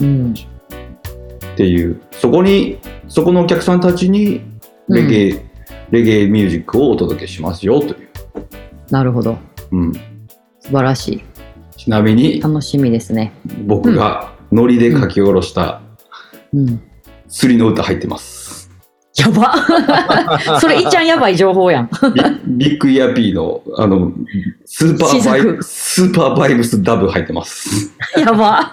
[SPEAKER 3] うん
[SPEAKER 4] っていう、そこに、そこのお客さんたちにレゲエ、レゲエミュージックをお届けしますよという。
[SPEAKER 3] なるほど
[SPEAKER 4] うん。
[SPEAKER 3] 素晴らし
[SPEAKER 4] ちなみに
[SPEAKER 3] い、楽しみですね
[SPEAKER 4] 僕がノリで書き下ろした
[SPEAKER 3] うん
[SPEAKER 4] 釣りの歌入ってます。
[SPEAKER 3] やば それいっちゃんやばい情報やん
[SPEAKER 4] ビビッグイヤーピーの、あの、スーパーバイブ、スーパーバイブスダブ入って ます。
[SPEAKER 3] やば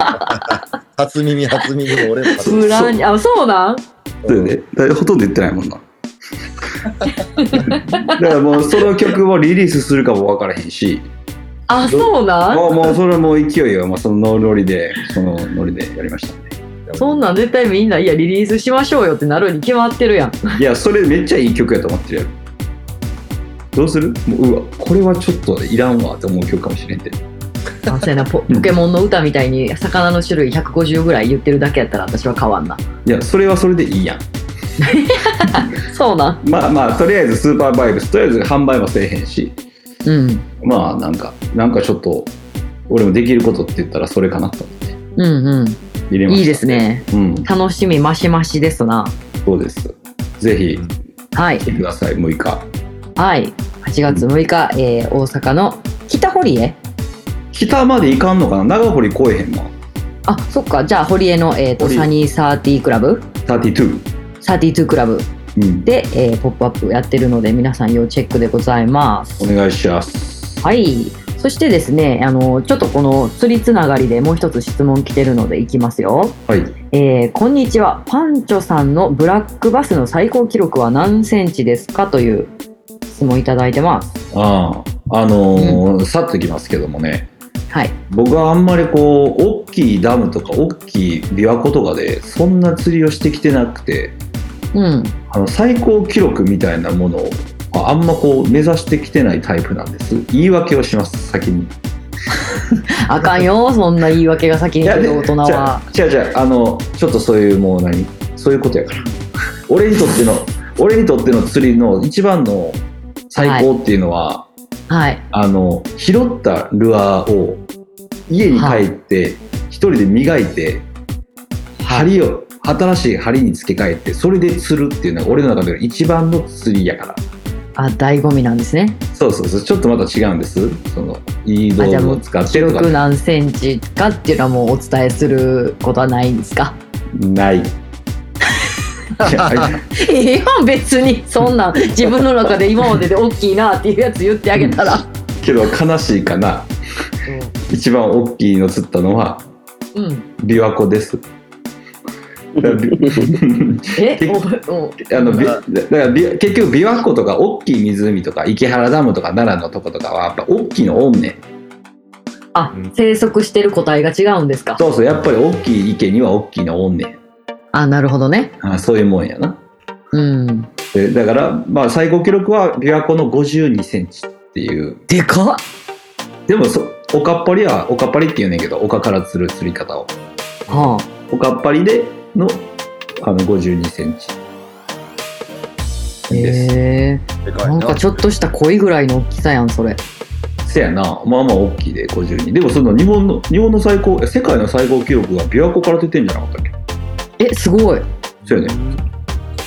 [SPEAKER 2] 初耳、初耳、俺も初耳。
[SPEAKER 3] 裏にあそうなん
[SPEAKER 4] だよね。だほとんど言ってないもんな。だからもうその曲をリリースするかもわからへんし、
[SPEAKER 3] あそうなん
[SPEAKER 4] もうもうそれはもう勢いは、まあ、そのノリで、そのノリでやりました、ね。
[SPEAKER 3] そんなん絶対みんないやリリースしましょうよってなるに決まってるやん
[SPEAKER 4] いや、それめっちゃいい曲やと思ってるやろ。どうするもううわ、これはちょっといらんわって思う曲かもしれんて。
[SPEAKER 3] あそうやなポポケモンの歌みたいに魚の種類150ぐらい言ってるだけやったら私は変わんない
[SPEAKER 4] や、それはそれでいいやん。
[SPEAKER 3] そうなん
[SPEAKER 4] まあまあ、とりあえずスーパーバイブス、とりあえず販売もせえへんし、
[SPEAKER 3] うん
[SPEAKER 4] まあなんか、なんかちょっと、俺もできることって言ったらそれかなと思って
[SPEAKER 3] うん
[SPEAKER 4] 入れ
[SPEAKER 3] うん
[SPEAKER 4] ました。
[SPEAKER 3] いいです。ね
[SPEAKER 4] うん、
[SPEAKER 3] 楽しみマシマシですな
[SPEAKER 4] そうです。ぜひ
[SPEAKER 3] はい
[SPEAKER 4] 来てください、6日。
[SPEAKER 3] はい8月6日、えー大阪の北堀江
[SPEAKER 4] 北まで行かんのかな長堀来えへんの
[SPEAKER 3] あそっかじゃあ堀江の、えー、と
[SPEAKER 4] 堀江
[SPEAKER 3] サニーサーティークラブ
[SPEAKER 4] ?32。
[SPEAKER 3] サーティートゥークラブ
[SPEAKER 4] うん。
[SPEAKER 3] で、えーポップアップやってるので皆さん要チェックでございます
[SPEAKER 4] お願いします。
[SPEAKER 3] はいそしてですねあのちょっとこの釣りつながりでもう一つ質問来てるのでいきますよ
[SPEAKER 4] はい。
[SPEAKER 3] えーこんにちは。パンチョさんのブラックバスの最高記録は何センチですかという質問いただいてます。
[SPEAKER 4] ああ、あのーさっときますけどもね、
[SPEAKER 3] はい。
[SPEAKER 4] 僕はあんまりこう、大きいダムとか大きい琵琶湖とかで、そんな釣りをしてきてなくて、
[SPEAKER 3] うん。
[SPEAKER 4] あの最高記録みたいなものをああんまこう目指してきてないタイプなんです言い訳をします先に
[SPEAKER 3] あか んよ、そんな言い訳が先に来
[SPEAKER 4] で
[SPEAKER 3] る大人
[SPEAKER 4] じゃ
[SPEAKER 3] は。
[SPEAKER 4] あじゃあじゃああのちょっとそういうもう何そういうことやから 俺にとっての俺にとっての釣りの一番の最高っていうのは、
[SPEAKER 3] はい。
[SPEAKER 4] あの拾ったルアーを家に帰って一人で磨いて針を新しい針に付け替えてそれで釣るっていうのが俺の中での一番の釣りやから
[SPEAKER 3] あ、醍醐味なんですね。
[SPEAKER 4] そうそうそう、ちょっとまた違うんです。その、いい道
[SPEAKER 3] あ、じゃあ
[SPEAKER 4] 具
[SPEAKER 3] も
[SPEAKER 4] を
[SPEAKER 3] う
[SPEAKER 4] 使っ
[SPEAKER 3] 記
[SPEAKER 4] てとか
[SPEAKER 3] 録、何センチかっていうのはもうお伝えすることはないんですか
[SPEAKER 4] ない。いや
[SPEAKER 3] ええやん、別に。そんなん、自分の中で今までで大きいなっていうやつ言ってあげたら。
[SPEAKER 4] けど悲しいかな。一番大きいの釣ったのは、
[SPEAKER 3] うん。
[SPEAKER 4] 琵琶湖 です。だからび
[SPEAKER 3] え
[SPEAKER 4] で
[SPEAKER 3] おお
[SPEAKER 4] あのびだからび結局琵琶湖とか大きい湖とか池原ダムとか奈良のとことかはやっぱ大きいのおんねん
[SPEAKER 3] あ、生息してる個体が違うんですか
[SPEAKER 4] そうそうやっぱり大きい池には大きいのおんねん
[SPEAKER 3] あ、なるほどね。
[SPEAKER 4] あそういうもんやな
[SPEAKER 3] うん。
[SPEAKER 4] でだからまあ最高記録は琵琶湖の5 2センチっていう
[SPEAKER 3] でかっ
[SPEAKER 4] でもそおかっぱりはおかっぱりって言うねんけどおかから釣る釣り方を
[SPEAKER 3] は
[SPEAKER 4] おかっぱりでのあの5 2センチ
[SPEAKER 3] あ、
[SPEAKER 4] です、
[SPEAKER 3] へえ
[SPEAKER 2] でかい
[SPEAKER 3] なんかちょっとした鯉ぐらいの大きさやんそれ
[SPEAKER 4] せやなまあまあ大きいで52でもその日本の日本の最高え世界の最高記録が琵琶湖から出てんじゃなかったっけ
[SPEAKER 3] えすごい
[SPEAKER 4] そうやね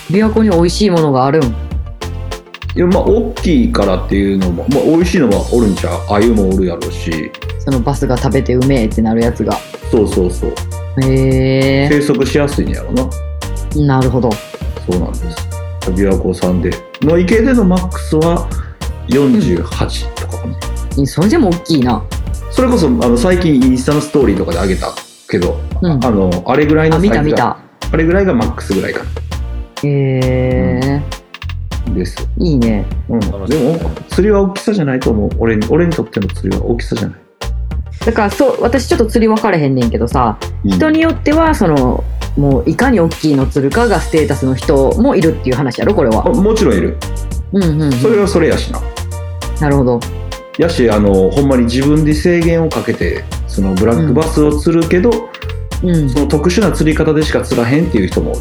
[SPEAKER 3] 琵琶湖に美味しいものがあるん
[SPEAKER 4] いやまあ大きいからっていうのも、まあ、美味しいのはおるんちゃうあゆもおるやろうし
[SPEAKER 3] そのバスが食べてうめえってなるやつが
[SPEAKER 4] そうそうそう
[SPEAKER 3] へえ
[SPEAKER 4] 生息しやすいんやろな
[SPEAKER 3] なるほど
[SPEAKER 4] そうなんです琵琶湖さんでの池でのマックスは48とかかな
[SPEAKER 3] えそれでも大きいな
[SPEAKER 4] それこそあの最近インスタのストーリーとかで上げたけど、
[SPEAKER 3] うん
[SPEAKER 4] あのあれぐらいの
[SPEAKER 3] あ
[SPEAKER 4] サイ
[SPEAKER 3] 見
[SPEAKER 4] ズ
[SPEAKER 3] た
[SPEAKER 4] が
[SPEAKER 3] 見た
[SPEAKER 4] あれぐらいがマックスぐらいか
[SPEAKER 3] へえ、
[SPEAKER 4] なです、
[SPEAKER 3] いいね
[SPEAKER 4] うん、でも釣りは大きさじゃないと思う俺に俺にとっての釣りは大きさじゃない
[SPEAKER 3] だからそう私ちょっと釣り分からへんねんけどさ
[SPEAKER 2] うん
[SPEAKER 3] 人によってはそのもういかに大きいの釣るかがステータスの人もいるっていう話やろこれは
[SPEAKER 4] ももちろんいる
[SPEAKER 3] うんうん、うん、
[SPEAKER 4] それはそれやしな
[SPEAKER 3] なるほど
[SPEAKER 4] やしあのほんまに自分で制限をかけてそのブラックバスを釣るけど、
[SPEAKER 3] うん
[SPEAKER 4] その特殊な釣り方でしか釣らへんっていう人も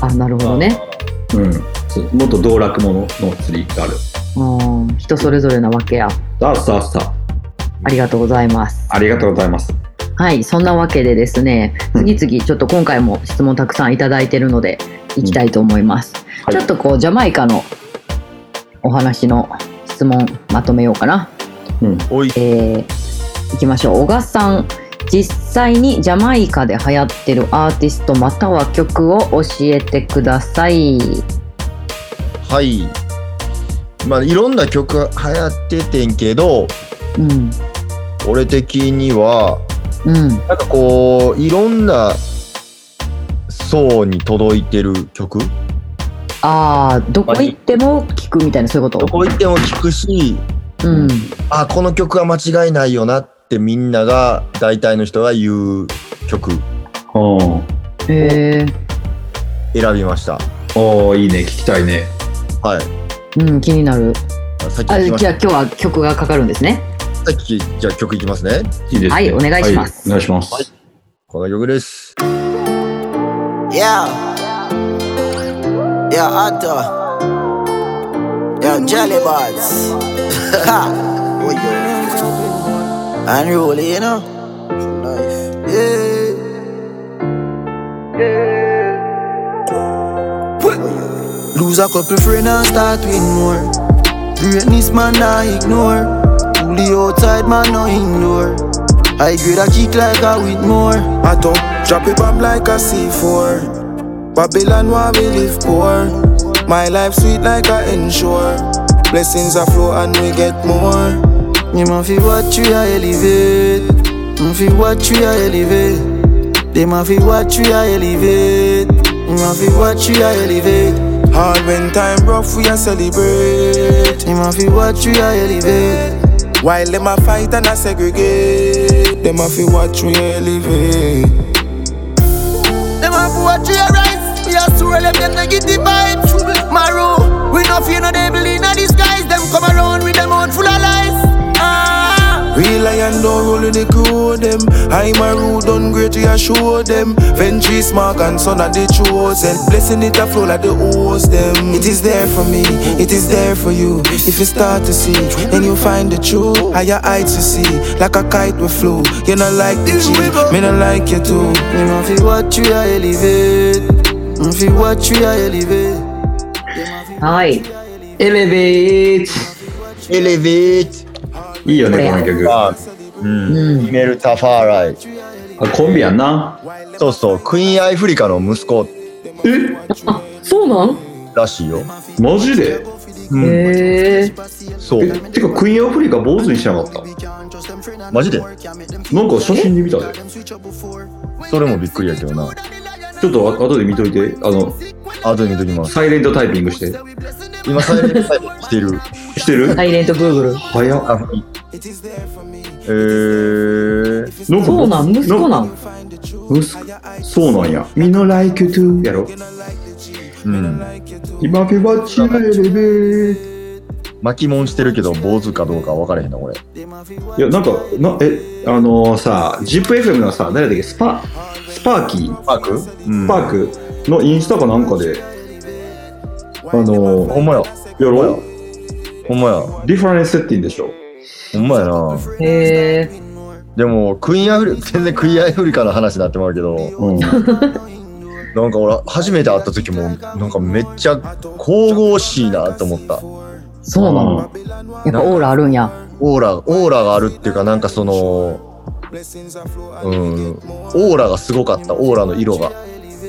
[SPEAKER 3] あなるほどね
[SPEAKER 4] うん、つもっと道楽ものの釣りがある
[SPEAKER 3] うん人それぞれなわけや
[SPEAKER 4] さあさあさ
[SPEAKER 3] ありがとうございます
[SPEAKER 4] あありがとうございます
[SPEAKER 3] はいそんなわけでですね
[SPEAKER 4] うん
[SPEAKER 3] 次々ちょっと今回も質問たくさんいただいてるのでいきたいと思います、
[SPEAKER 4] はい
[SPEAKER 3] ちょっとこうジャマイカのお話の質問まとめようかな
[SPEAKER 4] うん
[SPEAKER 2] おい
[SPEAKER 3] えー、いきましょう小賀さん実際にジャマイカで流行ってるアーティストまたは曲を教えてください
[SPEAKER 2] はいまあいろんな曲流行っててんけど
[SPEAKER 3] うん
[SPEAKER 2] 俺的には
[SPEAKER 3] うん
[SPEAKER 2] なんかこういろんな層に届いてる曲
[SPEAKER 3] ああどこ行っても聞くみたいなそういうこと
[SPEAKER 2] どこ行っても聴くし
[SPEAKER 3] うん
[SPEAKER 2] あこの曲は間違いないよなってみんなが大体の人が言う曲
[SPEAKER 4] お
[SPEAKER 3] へえ
[SPEAKER 2] 選びました
[SPEAKER 4] おいいね聞きたいね
[SPEAKER 2] はい
[SPEAKER 3] うん気になる
[SPEAKER 2] さっき
[SPEAKER 3] あ
[SPEAKER 2] 聞きまし
[SPEAKER 3] じゃ
[SPEAKER 2] た
[SPEAKER 3] あ今日は曲がかかるんですね
[SPEAKER 2] さっきじゃあ曲いきますね
[SPEAKER 4] いいですね
[SPEAKER 3] はいお願いします
[SPEAKER 4] はお願いします、
[SPEAKER 2] はいこの曲です。
[SPEAKER 5] Yeah. Yeah, Otto. Yeah, Jelly Buds. oh, yeah. Unruly, you know? Life. Yeah. Yeah. Lose a couple friends and start with more. Greatness, man, I ignore. Pull the outside, man, no indoor. I grade a kick like a Whitmore. I top drop it bomb like a C4. Babylon where we live poor. My life sweet like a inshore. Blessings are flow and we get more. You man fi watch we a elevate. Man fi watch we a elevate. They man fi watch we a elevate. You man fi watch we a elevate. Hard when time rough we a celebrate. You man fi watch we a elevate. While them a fight and a segregate, them a fi watch we elevate. Them a fi watch we rise. We a swirl them get negative vibes. Marrow, we no fear no devil in a disguise. Them come around with them mouth full of lies. Ah. Real lion don't roll in the crew them. I'm a rude done great we a show them. Vengey smog and son of the chosen. Blessing it a flow like the host them. It is there for me, it is there for you. If you start to see, then you find the truth. Higher heights you see, like a kite we flew. You not like the G, me not like you too. You know if you watch we are elevate, if you watch we are elevate.
[SPEAKER 3] はい
[SPEAKER 4] エレベート
[SPEAKER 2] エレベー
[SPEAKER 4] いいよねこの曲あ
[SPEAKER 2] あ、うん、
[SPEAKER 3] うん
[SPEAKER 2] イメル・タファーライ。
[SPEAKER 4] コンビやんな
[SPEAKER 2] そうそう、クイーン・アイフリカの息子
[SPEAKER 4] え
[SPEAKER 3] あそうなん
[SPEAKER 2] らしいよ。
[SPEAKER 4] マジで
[SPEAKER 2] うん、
[SPEAKER 3] へえ
[SPEAKER 2] そ
[SPEAKER 4] え
[SPEAKER 2] う。
[SPEAKER 4] てかクイーンアフリカ坊主にしてなかった
[SPEAKER 2] マジで
[SPEAKER 4] なんか写真で見たで
[SPEAKER 2] それもびっくりやけどな。
[SPEAKER 4] ちょっとあ後で見といてあの
[SPEAKER 2] あとで見ときます。
[SPEAKER 4] サイレントタイピングして
[SPEAKER 2] 今、サイレントタイプしてる。
[SPEAKER 4] してる
[SPEAKER 3] サイレントグーグル
[SPEAKER 4] 早っ
[SPEAKER 2] あはいえー、
[SPEAKER 4] なんか
[SPEAKER 3] そうなん息子なん
[SPEAKER 4] 息子そうなんや。みの like you too やろ。
[SPEAKER 2] うん。
[SPEAKER 4] 今フィバチがエレベ
[SPEAKER 2] 巻きもんしてるけど、坊主かどうか分からへんな、俺。
[SPEAKER 4] いや、なんか、なえ、あのー、さ、ZIPFM のさ、誰だっけ、スパ、スパーキー、
[SPEAKER 2] パークうん。
[SPEAKER 4] スパークのインスタかなんかで、あの
[SPEAKER 2] ほ
[SPEAKER 4] ー、
[SPEAKER 2] んまや。
[SPEAKER 4] やろ
[SPEAKER 2] ほんまや。
[SPEAKER 4] リファレンスセッティングでしょ。
[SPEAKER 2] ほんまやな。
[SPEAKER 3] へえ
[SPEAKER 2] でも、クイーン・アイフリカ、全然クイーン・アイフリカの話になってまうけ ど、
[SPEAKER 4] うん。
[SPEAKER 2] なんか俺、初めて会った時も、なんかめっちゃ神々しいなと思った。
[SPEAKER 3] そうなのやっぱオーラあるんや
[SPEAKER 2] オーラ、オーラがあるっていうか、なんかその、うん、オーラがすごかった、オーラの色が。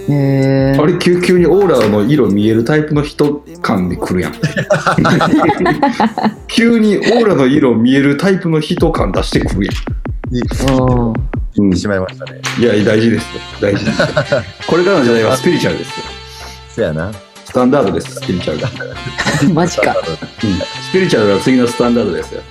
[SPEAKER 3] へえ
[SPEAKER 4] あれ、急急にオーラの色見えるタイプの人感で来る やん。急にオーラの色見えるタイプの人感出してくるや
[SPEAKER 3] うん
[SPEAKER 4] ん。うん
[SPEAKER 2] しまいましたね。
[SPEAKER 4] いや、大事ですよ。大事 ですよ。これからの時代はスピリチュアルですよ。
[SPEAKER 2] そやな。
[SPEAKER 4] スタンダードです、スピリチュアルが。うん
[SPEAKER 3] マジか
[SPEAKER 4] スピリチュアルが次のスタンダードですよ。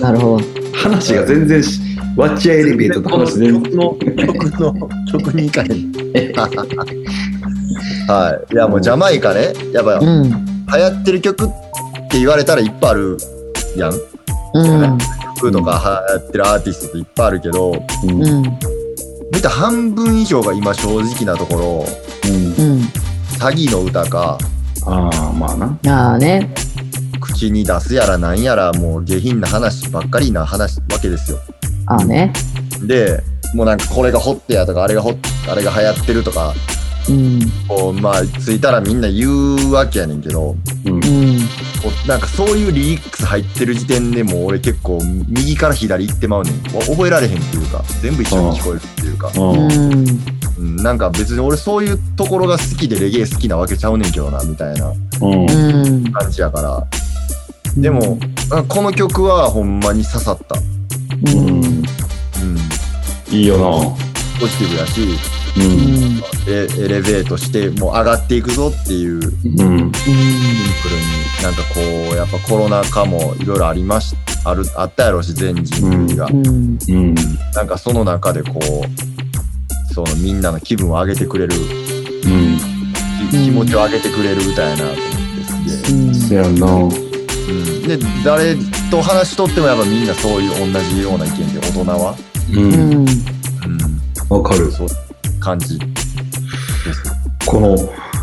[SPEAKER 3] なるほど
[SPEAKER 4] 話が全然しワッチャエレベートと
[SPEAKER 2] この
[SPEAKER 4] 話全然
[SPEAKER 2] 曲の曲の曲に行かへん。 はい。いやもうジャマイカね、やっぱ
[SPEAKER 3] う
[SPEAKER 2] 流
[SPEAKER 3] ん。
[SPEAKER 2] 行ってる曲って言われたらいっぱいあるやん。
[SPEAKER 3] うん。
[SPEAKER 2] 曲とか流行ってるアーティストっていっぱいあるけど、
[SPEAKER 4] うん
[SPEAKER 3] うん。
[SPEAKER 2] 見た半分以上が今正直なところ、
[SPEAKER 4] うん
[SPEAKER 3] うん。
[SPEAKER 2] 詐欺の歌か、
[SPEAKER 4] ああまあな
[SPEAKER 3] ああね。
[SPEAKER 2] 口に出すやらなんやらもう下品な話ばっかりな話わけですよ。
[SPEAKER 3] ああね。
[SPEAKER 2] で、もうなんかこれがホットやとか、あれがホット、あれが流行ってるとか、
[SPEAKER 3] うん。
[SPEAKER 2] こうまあ、ついたらみんな言うわけやねんけど、
[SPEAKER 4] うん
[SPEAKER 3] うん。
[SPEAKER 2] こうなんかそういうリリックス入ってる時点でもう俺結構右から左行ってまうねんわ覚えられへんっていうか全部一緒に聞こえるっていうか、
[SPEAKER 3] うん。
[SPEAKER 2] うん、なんか別に俺そういうところが好きでレゲエ好きなわけちゃうねんけどなみたいな
[SPEAKER 4] うん
[SPEAKER 3] うん。
[SPEAKER 2] 感じやからでも、あこの曲はほんまに刺さった、
[SPEAKER 3] う
[SPEAKER 4] うん
[SPEAKER 3] ん。
[SPEAKER 2] うん、
[SPEAKER 4] いいよな
[SPEAKER 2] ポジティブやし
[SPEAKER 4] う
[SPEAKER 3] うんん。
[SPEAKER 2] エエレベートしてもう上がっていくぞっていうシン
[SPEAKER 4] うん
[SPEAKER 2] プルになんかこうやっぱコロナ禍もいろいろありましあるあったやろうし全人類が。
[SPEAKER 3] うん。
[SPEAKER 4] うん
[SPEAKER 2] なんかその中でこう、そのみんなの気分を上げてくれる、き
[SPEAKER 4] うん
[SPEAKER 2] 気持ちを上げてくれるみたいなと思って好き
[SPEAKER 4] せやな
[SPEAKER 2] で、うん、で、誰と話しとってもやっぱみんなそういう同じような意見で、大人は、
[SPEAKER 4] う
[SPEAKER 3] うんん。
[SPEAKER 2] う
[SPEAKER 4] わかる
[SPEAKER 2] ん、そう感じ。
[SPEAKER 4] この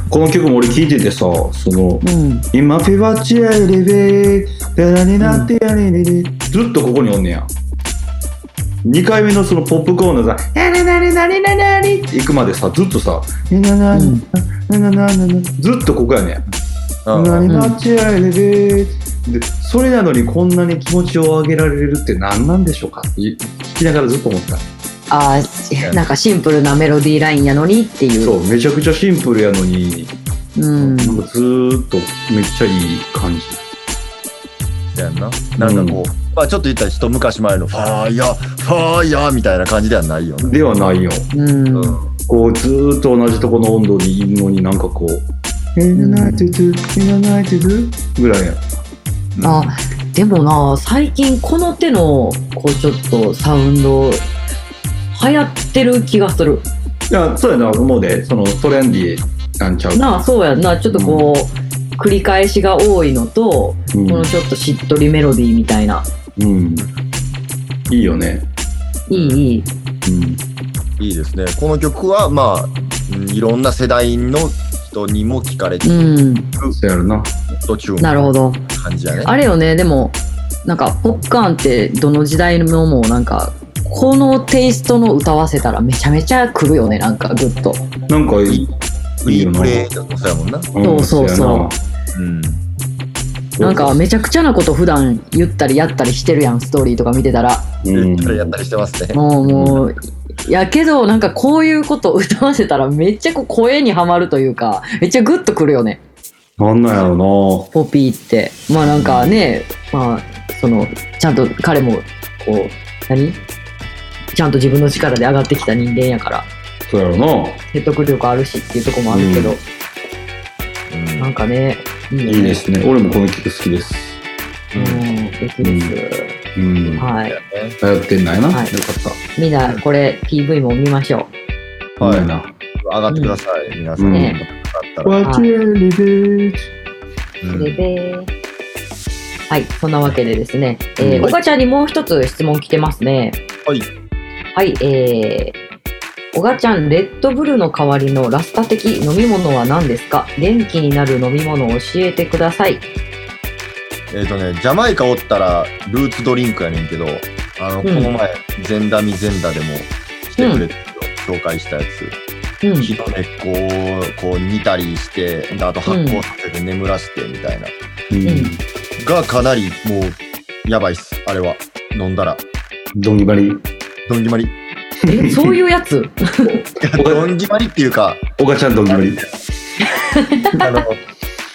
[SPEAKER 4] この曲も俺聴いててさその
[SPEAKER 3] うん。
[SPEAKER 4] 今ピバチアイレベーダラになってやねねねずっとここにおんねや2回目のそのポップコーンのさ「なになになになになに」って行くまでさずっとさ「ななな
[SPEAKER 3] うん
[SPEAKER 4] ななななな」ずっとここやねん
[SPEAKER 2] うん
[SPEAKER 4] なになっちゃえレベーでそれなのにこんなに気持ちを上げられるって何なんでしょうかって聞きながらずっと思った
[SPEAKER 3] ああ、なんかシンプルなメロディーラインやのにっていう。
[SPEAKER 4] そうめちゃくちゃシンプルやのに、
[SPEAKER 3] う。ん。
[SPEAKER 4] なんかずーっとめっちゃいい感じ
[SPEAKER 2] やんな。なんかこう、まあちょっと言ったら一昔前のファーヤー、ファーヤーみたいな感じではないよね。
[SPEAKER 4] ではないよ
[SPEAKER 3] うん。
[SPEAKER 2] うん。
[SPEAKER 4] こうずーっと同じとこの温度にいるのになんかこう「えなないてるえなないてる」ぐらいや
[SPEAKER 3] あでもな最近この手のこうちょっとサウンド流行ってる気がする
[SPEAKER 4] いやそうやな思うでそのトレンディーなんちゃう
[SPEAKER 3] なあそうやんなちょっとこう、繰り返しが多いのと、
[SPEAKER 4] うん
[SPEAKER 3] このちょっとしっとりメロディーみたいな
[SPEAKER 4] うんいいよね
[SPEAKER 3] いいいい
[SPEAKER 4] うん
[SPEAKER 2] いいですね。この曲は、まあ、うんいろんな世代の人にも聞かれてる
[SPEAKER 3] うん
[SPEAKER 4] そうやるな
[SPEAKER 2] 途中
[SPEAKER 3] なるほ
[SPEAKER 2] ど
[SPEAKER 3] ど
[SPEAKER 2] 感じやね。
[SPEAKER 3] あれよねでもなんかポッカーンってどの時代のもなんかこのテイストの歌わせたらめちゃめちゃ来るよねなんかグッと
[SPEAKER 4] なんかいい
[SPEAKER 2] フリープレイだとそうやもんな。
[SPEAKER 3] そうそうそう
[SPEAKER 2] うん。
[SPEAKER 3] なんかめちゃくちゃなこと普段言ったりやったりしてるやんストーリーとか見てたら
[SPEAKER 4] う
[SPEAKER 2] や
[SPEAKER 4] ん
[SPEAKER 2] ったりやったりしてますね。
[SPEAKER 3] もうもう、やけどなんかこういうこと歌わせたらめっちゃこう声にはまるというかめっちゃグッとくるよね
[SPEAKER 4] なんなんやろ
[SPEAKER 3] ポピーってまあなんかねまあそのちゃんと彼もこう何ちゃんと自分の力で上がってきた人間やから
[SPEAKER 4] なそうやろな
[SPEAKER 3] 説得力あるしっていうとこもあるけど、
[SPEAKER 2] うん
[SPEAKER 3] なんかねいいよね
[SPEAKER 4] いいですね俺もこの曲好きです
[SPEAKER 3] うん素敵です、
[SPEAKER 4] うん流
[SPEAKER 3] はい
[SPEAKER 4] 行ってんないなよか
[SPEAKER 3] は
[SPEAKER 4] っ
[SPEAKER 3] いみんなこれ PV も見ましょ
[SPEAKER 4] た
[SPEAKER 2] はい
[SPEAKER 4] いな
[SPEAKER 2] 上がってください、皆さん。
[SPEAKER 4] うん
[SPEAKER 2] よかったら。
[SPEAKER 4] What you need
[SPEAKER 2] う
[SPEAKER 3] う、
[SPEAKER 2] ん
[SPEAKER 3] でではいそんなわけでですね、え
[SPEAKER 4] うん
[SPEAKER 3] ー、岡ちゃんにもう一つ質問来てますね
[SPEAKER 2] はい。
[SPEAKER 3] はい、えー、おがちゃん、レッドブルの代わりのラスタ的飲み物は何ですか元気になる飲み物を教えてください。
[SPEAKER 2] えっ、とね、ジャマイカおったら、ルーツドリンクやねんけど、あの、この前、ゼンダミゼンダでもしてくれてるよ、紹介したやつ。
[SPEAKER 3] うん、
[SPEAKER 2] 木の根っこをこう煮たりして、であと発酵させて眠らしてみたいな。
[SPEAKER 4] うん
[SPEAKER 2] がかなりもう、やばいっす、あれは。飲んだら。
[SPEAKER 4] ドンギバリ
[SPEAKER 2] どんぎまり。
[SPEAKER 3] えそういうやつ
[SPEAKER 2] どんぎまりっていうか、
[SPEAKER 4] おかちゃんドンギバリ
[SPEAKER 2] あの、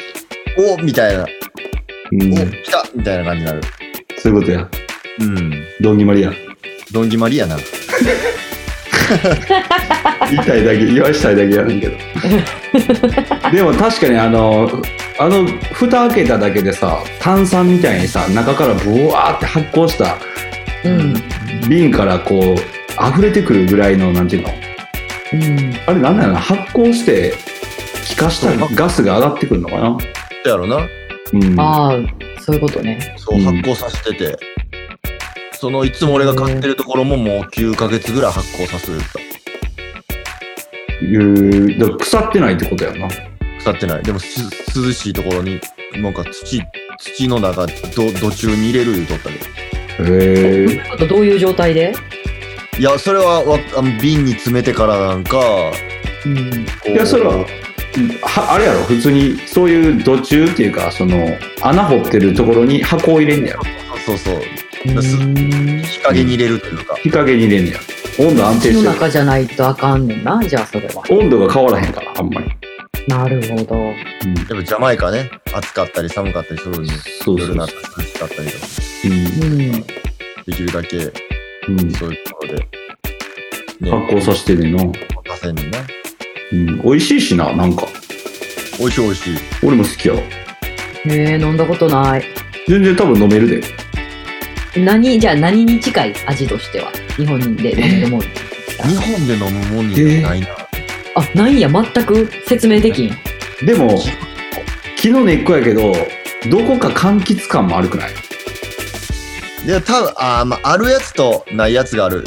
[SPEAKER 2] おみたいな、
[SPEAKER 4] うん
[SPEAKER 2] お来たみたいな感じになる。
[SPEAKER 4] そういうことや
[SPEAKER 2] うん。
[SPEAKER 4] ドンギマリや
[SPEAKER 2] どんぎまりやな。
[SPEAKER 4] 言いたいだけ言わしたいだけやるん けどでも確かにあのあの蓋開けただけでさ炭酸みたいにさ中からブワーって発酵した
[SPEAKER 3] うん。
[SPEAKER 4] 瓶からこう溢れてくるぐらいのなんていうの
[SPEAKER 3] うん
[SPEAKER 4] あれなんだろうな発酵して気化したガスが上がってくるのかな
[SPEAKER 2] そうやろな。
[SPEAKER 4] うん
[SPEAKER 3] ああ、そういうことね。
[SPEAKER 2] そう、
[SPEAKER 4] うん
[SPEAKER 2] 発酵させてて。そのいつも俺が買ってるところももう9ヶ月ぐらい発酵させると
[SPEAKER 4] いうだから腐ってないってことやな
[SPEAKER 2] 腐ってないでもす涼しいところになんか土土の中ど土中に入れる言うとったけど
[SPEAKER 4] へえ
[SPEAKER 3] ちょっとどういう状態で
[SPEAKER 2] いやそれはわあの瓶に詰めてからなんか
[SPEAKER 3] うん。
[SPEAKER 2] こう
[SPEAKER 4] いやそれははあれやろ普通にそういう土中っていうかその穴掘ってるところに箱を入れんねやろ
[SPEAKER 2] そうそう日陰に入れるというか、
[SPEAKER 4] 日陰に入れんねや温度安定し
[SPEAKER 3] 土の
[SPEAKER 4] てる
[SPEAKER 3] 中じゃないとあかんねんな、じゃあそれは。
[SPEAKER 4] 温度が変わらへんからあんまり、
[SPEAKER 3] なるほど。
[SPEAKER 2] やっぱジャマイカね暑かったり寒かったりするのに
[SPEAKER 4] そうそ
[SPEAKER 2] 夜
[SPEAKER 4] う
[SPEAKER 2] にな
[SPEAKER 4] そ
[SPEAKER 2] ったり涼しかったりとか
[SPEAKER 4] う
[SPEAKER 3] うん。
[SPEAKER 2] できるだけ
[SPEAKER 4] うんうん発
[SPEAKER 2] そういうところで、ね、
[SPEAKER 4] 酵させてねんな、う
[SPEAKER 2] 出せんねんな。
[SPEAKER 4] ん、美味しいしななんか
[SPEAKER 2] 美味しい美味しい。
[SPEAKER 4] 俺も好きやわ
[SPEAKER 3] へえ、飲んだことない。
[SPEAKER 4] 全然多分飲めるで
[SPEAKER 3] 何、じゃあ何に近い味としては日本で飲むもん。
[SPEAKER 2] 日本で飲むもんにはないな。
[SPEAKER 3] あ、ないんや、全く説明できん。
[SPEAKER 4] でも木の根っこやけどどこか柑橘感もあるくない
[SPEAKER 2] いや、たぶん、あーまあ、あるやつとないやつがある。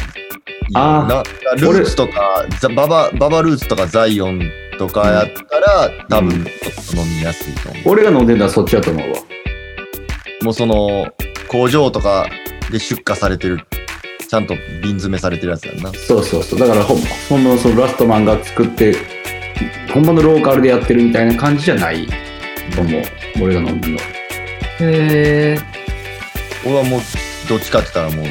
[SPEAKER 4] あー
[SPEAKER 2] なルーツとか、ザババ、ババルーツとかザイオンとかやったら、多
[SPEAKER 4] う
[SPEAKER 2] 分、
[SPEAKER 4] ん
[SPEAKER 2] ちょっと飲みやすいと思
[SPEAKER 4] 俺が飲んでんだらそっちやと思うわ
[SPEAKER 2] う。もうその、工場とかで出荷されてる、ちゃんと瓶詰めされてるやつやんな。
[SPEAKER 4] そうそうそうだからほんほんまのそのラストマンが作ってほんまのローカルでやってるみたいな感じじゃないと思う俺が飲んでるの
[SPEAKER 3] へえ。
[SPEAKER 2] 俺はもう、どっちかって言ったらもう、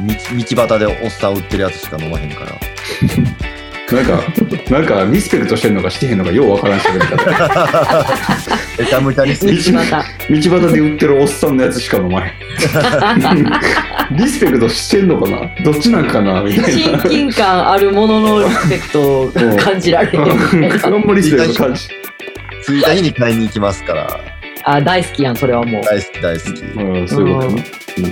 [SPEAKER 2] 道道端でおっさん売ってるやつしか飲まへ んから。
[SPEAKER 4] なんかなんかリスペクトしてんのかしてへんのかようわからんしけど道
[SPEAKER 2] めちゃめちゃに好き。
[SPEAKER 3] 道端。
[SPEAKER 4] 端で売ってるおっさんのやつしか飲まへんリスペクトしてんのかなどっちなんかなみたい
[SPEAKER 3] 親近感あるもののリスペクトを感じられる みた
[SPEAKER 4] な
[SPEAKER 3] い
[SPEAKER 4] あ
[SPEAKER 3] なん
[SPEAKER 4] まりリスペクト感じ
[SPEAKER 2] 着いた日に買いに行きますから。
[SPEAKER 3] あ、大好きやん、それはもう。
[SPEAKER 2] 大好き大好き。
[SPEAKER 4] うんそういうこと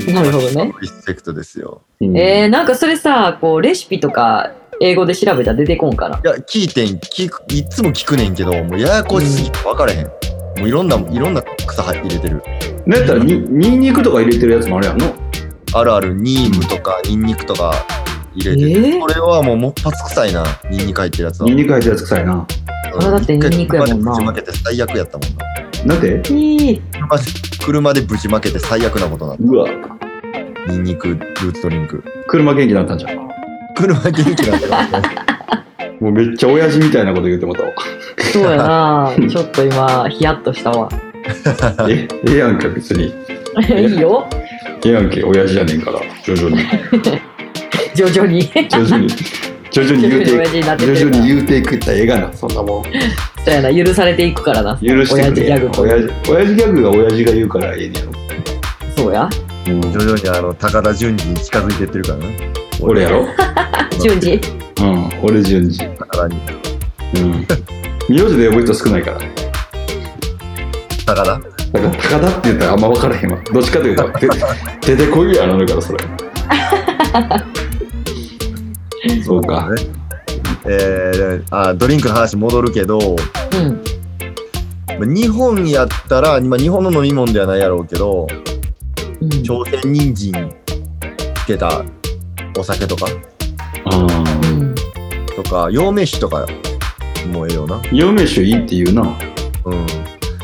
[SPEAKER 4] ね、
[SPEAKER 3] なるほどね。
[SPEAKER 2] リスペクトですよ。
[SPEAKER 4] うん
[SPEAKER 3] えー、なんかそれさ、こう、レシピとか、英語で調べたら出てこんかな。
[SPEAKER 2] いや、聞いてん、聞く、いつも聞くねんけど、もうややこしすぎて分かれへん。もういろんな、いろんな草入れてる。
[SPEAKER 4] なんやったらにニンニクとか入れてるやつもあるやんの
[SPEAKER 2] あるある、ニームとか、ニンニクとか入れてる。
[SPEAKER 3] えー
[SPEAKER 2] これはもうもっぱつ臭いな、ニンニク入ってるやつは。
[SPEAKER 4] ニンニク入ってるやつ臭いな
[SPEAKER 2] うん
[SPEAKER 3] あだってニンニクやもんな
[SPEAKER 2] 車でぶちまけて最悪やったもんな。
[SPEAKER 4] なんで
[SPEAKER 3] いい。
[SPEAKER 2] 車で車でぶちまけて最悪なことな
[SPEAKER 4] うわ
[SPEAKER 2] ニンニク、ルーツドリンク。
[SPEAKER 4] 車元気だったんじゃん
[SPEAKER 2] 車元気なんだよ。
[SPEAKER 4] もうめっちゃ親父みたいなこと言っても らっ
[SPEAKER 3] そうやな。ちょっと今、ヒヤッとしたわ。
[SPEAKER 4] たわえええやんけ別に
[SPEAKER 3] いいよ。
[SPEAKER 4] ええやんけ親父じゃねえから徐々に
[SPEAKER 3] 徐々に。
[SPEAKER 4] 徐々に徐々に
[SPEAKER 3] 徐
[SPEAKER 4] 言う
[SPEAKER 3] 々に
[SPEAKER 4] て
[SPEAKER 3] 親
[SPEAKER 4] い
[SPEAKER 3] 父になっ
[SPEAKER 4] く
[SPEAKER 3] てく
[SPEAKER 4] 徐
[SPEAKER 3] れる
[SPEAKER 4] 々
[SPEAKER 3] から
[SPEAKER 4] に言うていくったらええがなそんなもん許
[SPEAKER 3] そうやな。許されていくからな。
[SPEAKER 4] してくれ
[SPEAKER 3] 親父ギャグ
[SPEAKER 4] 親父親父ギャグが親父が言うからええねやろ
[SPEAKER 3] そうや。
[SPEAKER 2] 徐々にあの、高田純次に近づいてってるからね。
[SPEAKER 4] 俺やろ
[SPEAKER 3] 順次。
[SPEAKER 4] うん俺順次
[SPEAKER 2] 高田に。
[SPEAKER 4] うん名字で呼ぶ人少ないから
[SPEAKER 2] 高田。
[SPEAKER 4] だから高田って言ったらあんま分からへんわどっちかという と出てこいやなるからそ れそうか
[SPEAKER 2] ね。えーあドリンクの話戻るけど、
[SPEAKER 3] うん。
[SPEAKER 2] ま日本やったら、今日本の飲み物ではないやろうけど、
[SPEAKER 3] うん
[SPEAKER 2] 朝鮮人参つけたお酒とか、
[SPEAKER 4] うん
[SPEAKER 3] うん
[SPEAKER 2] とか、洋飯とかもええよな。
[SPEAKER 4] 陽明酒いいって言うな
[SPEAKER 2] うん。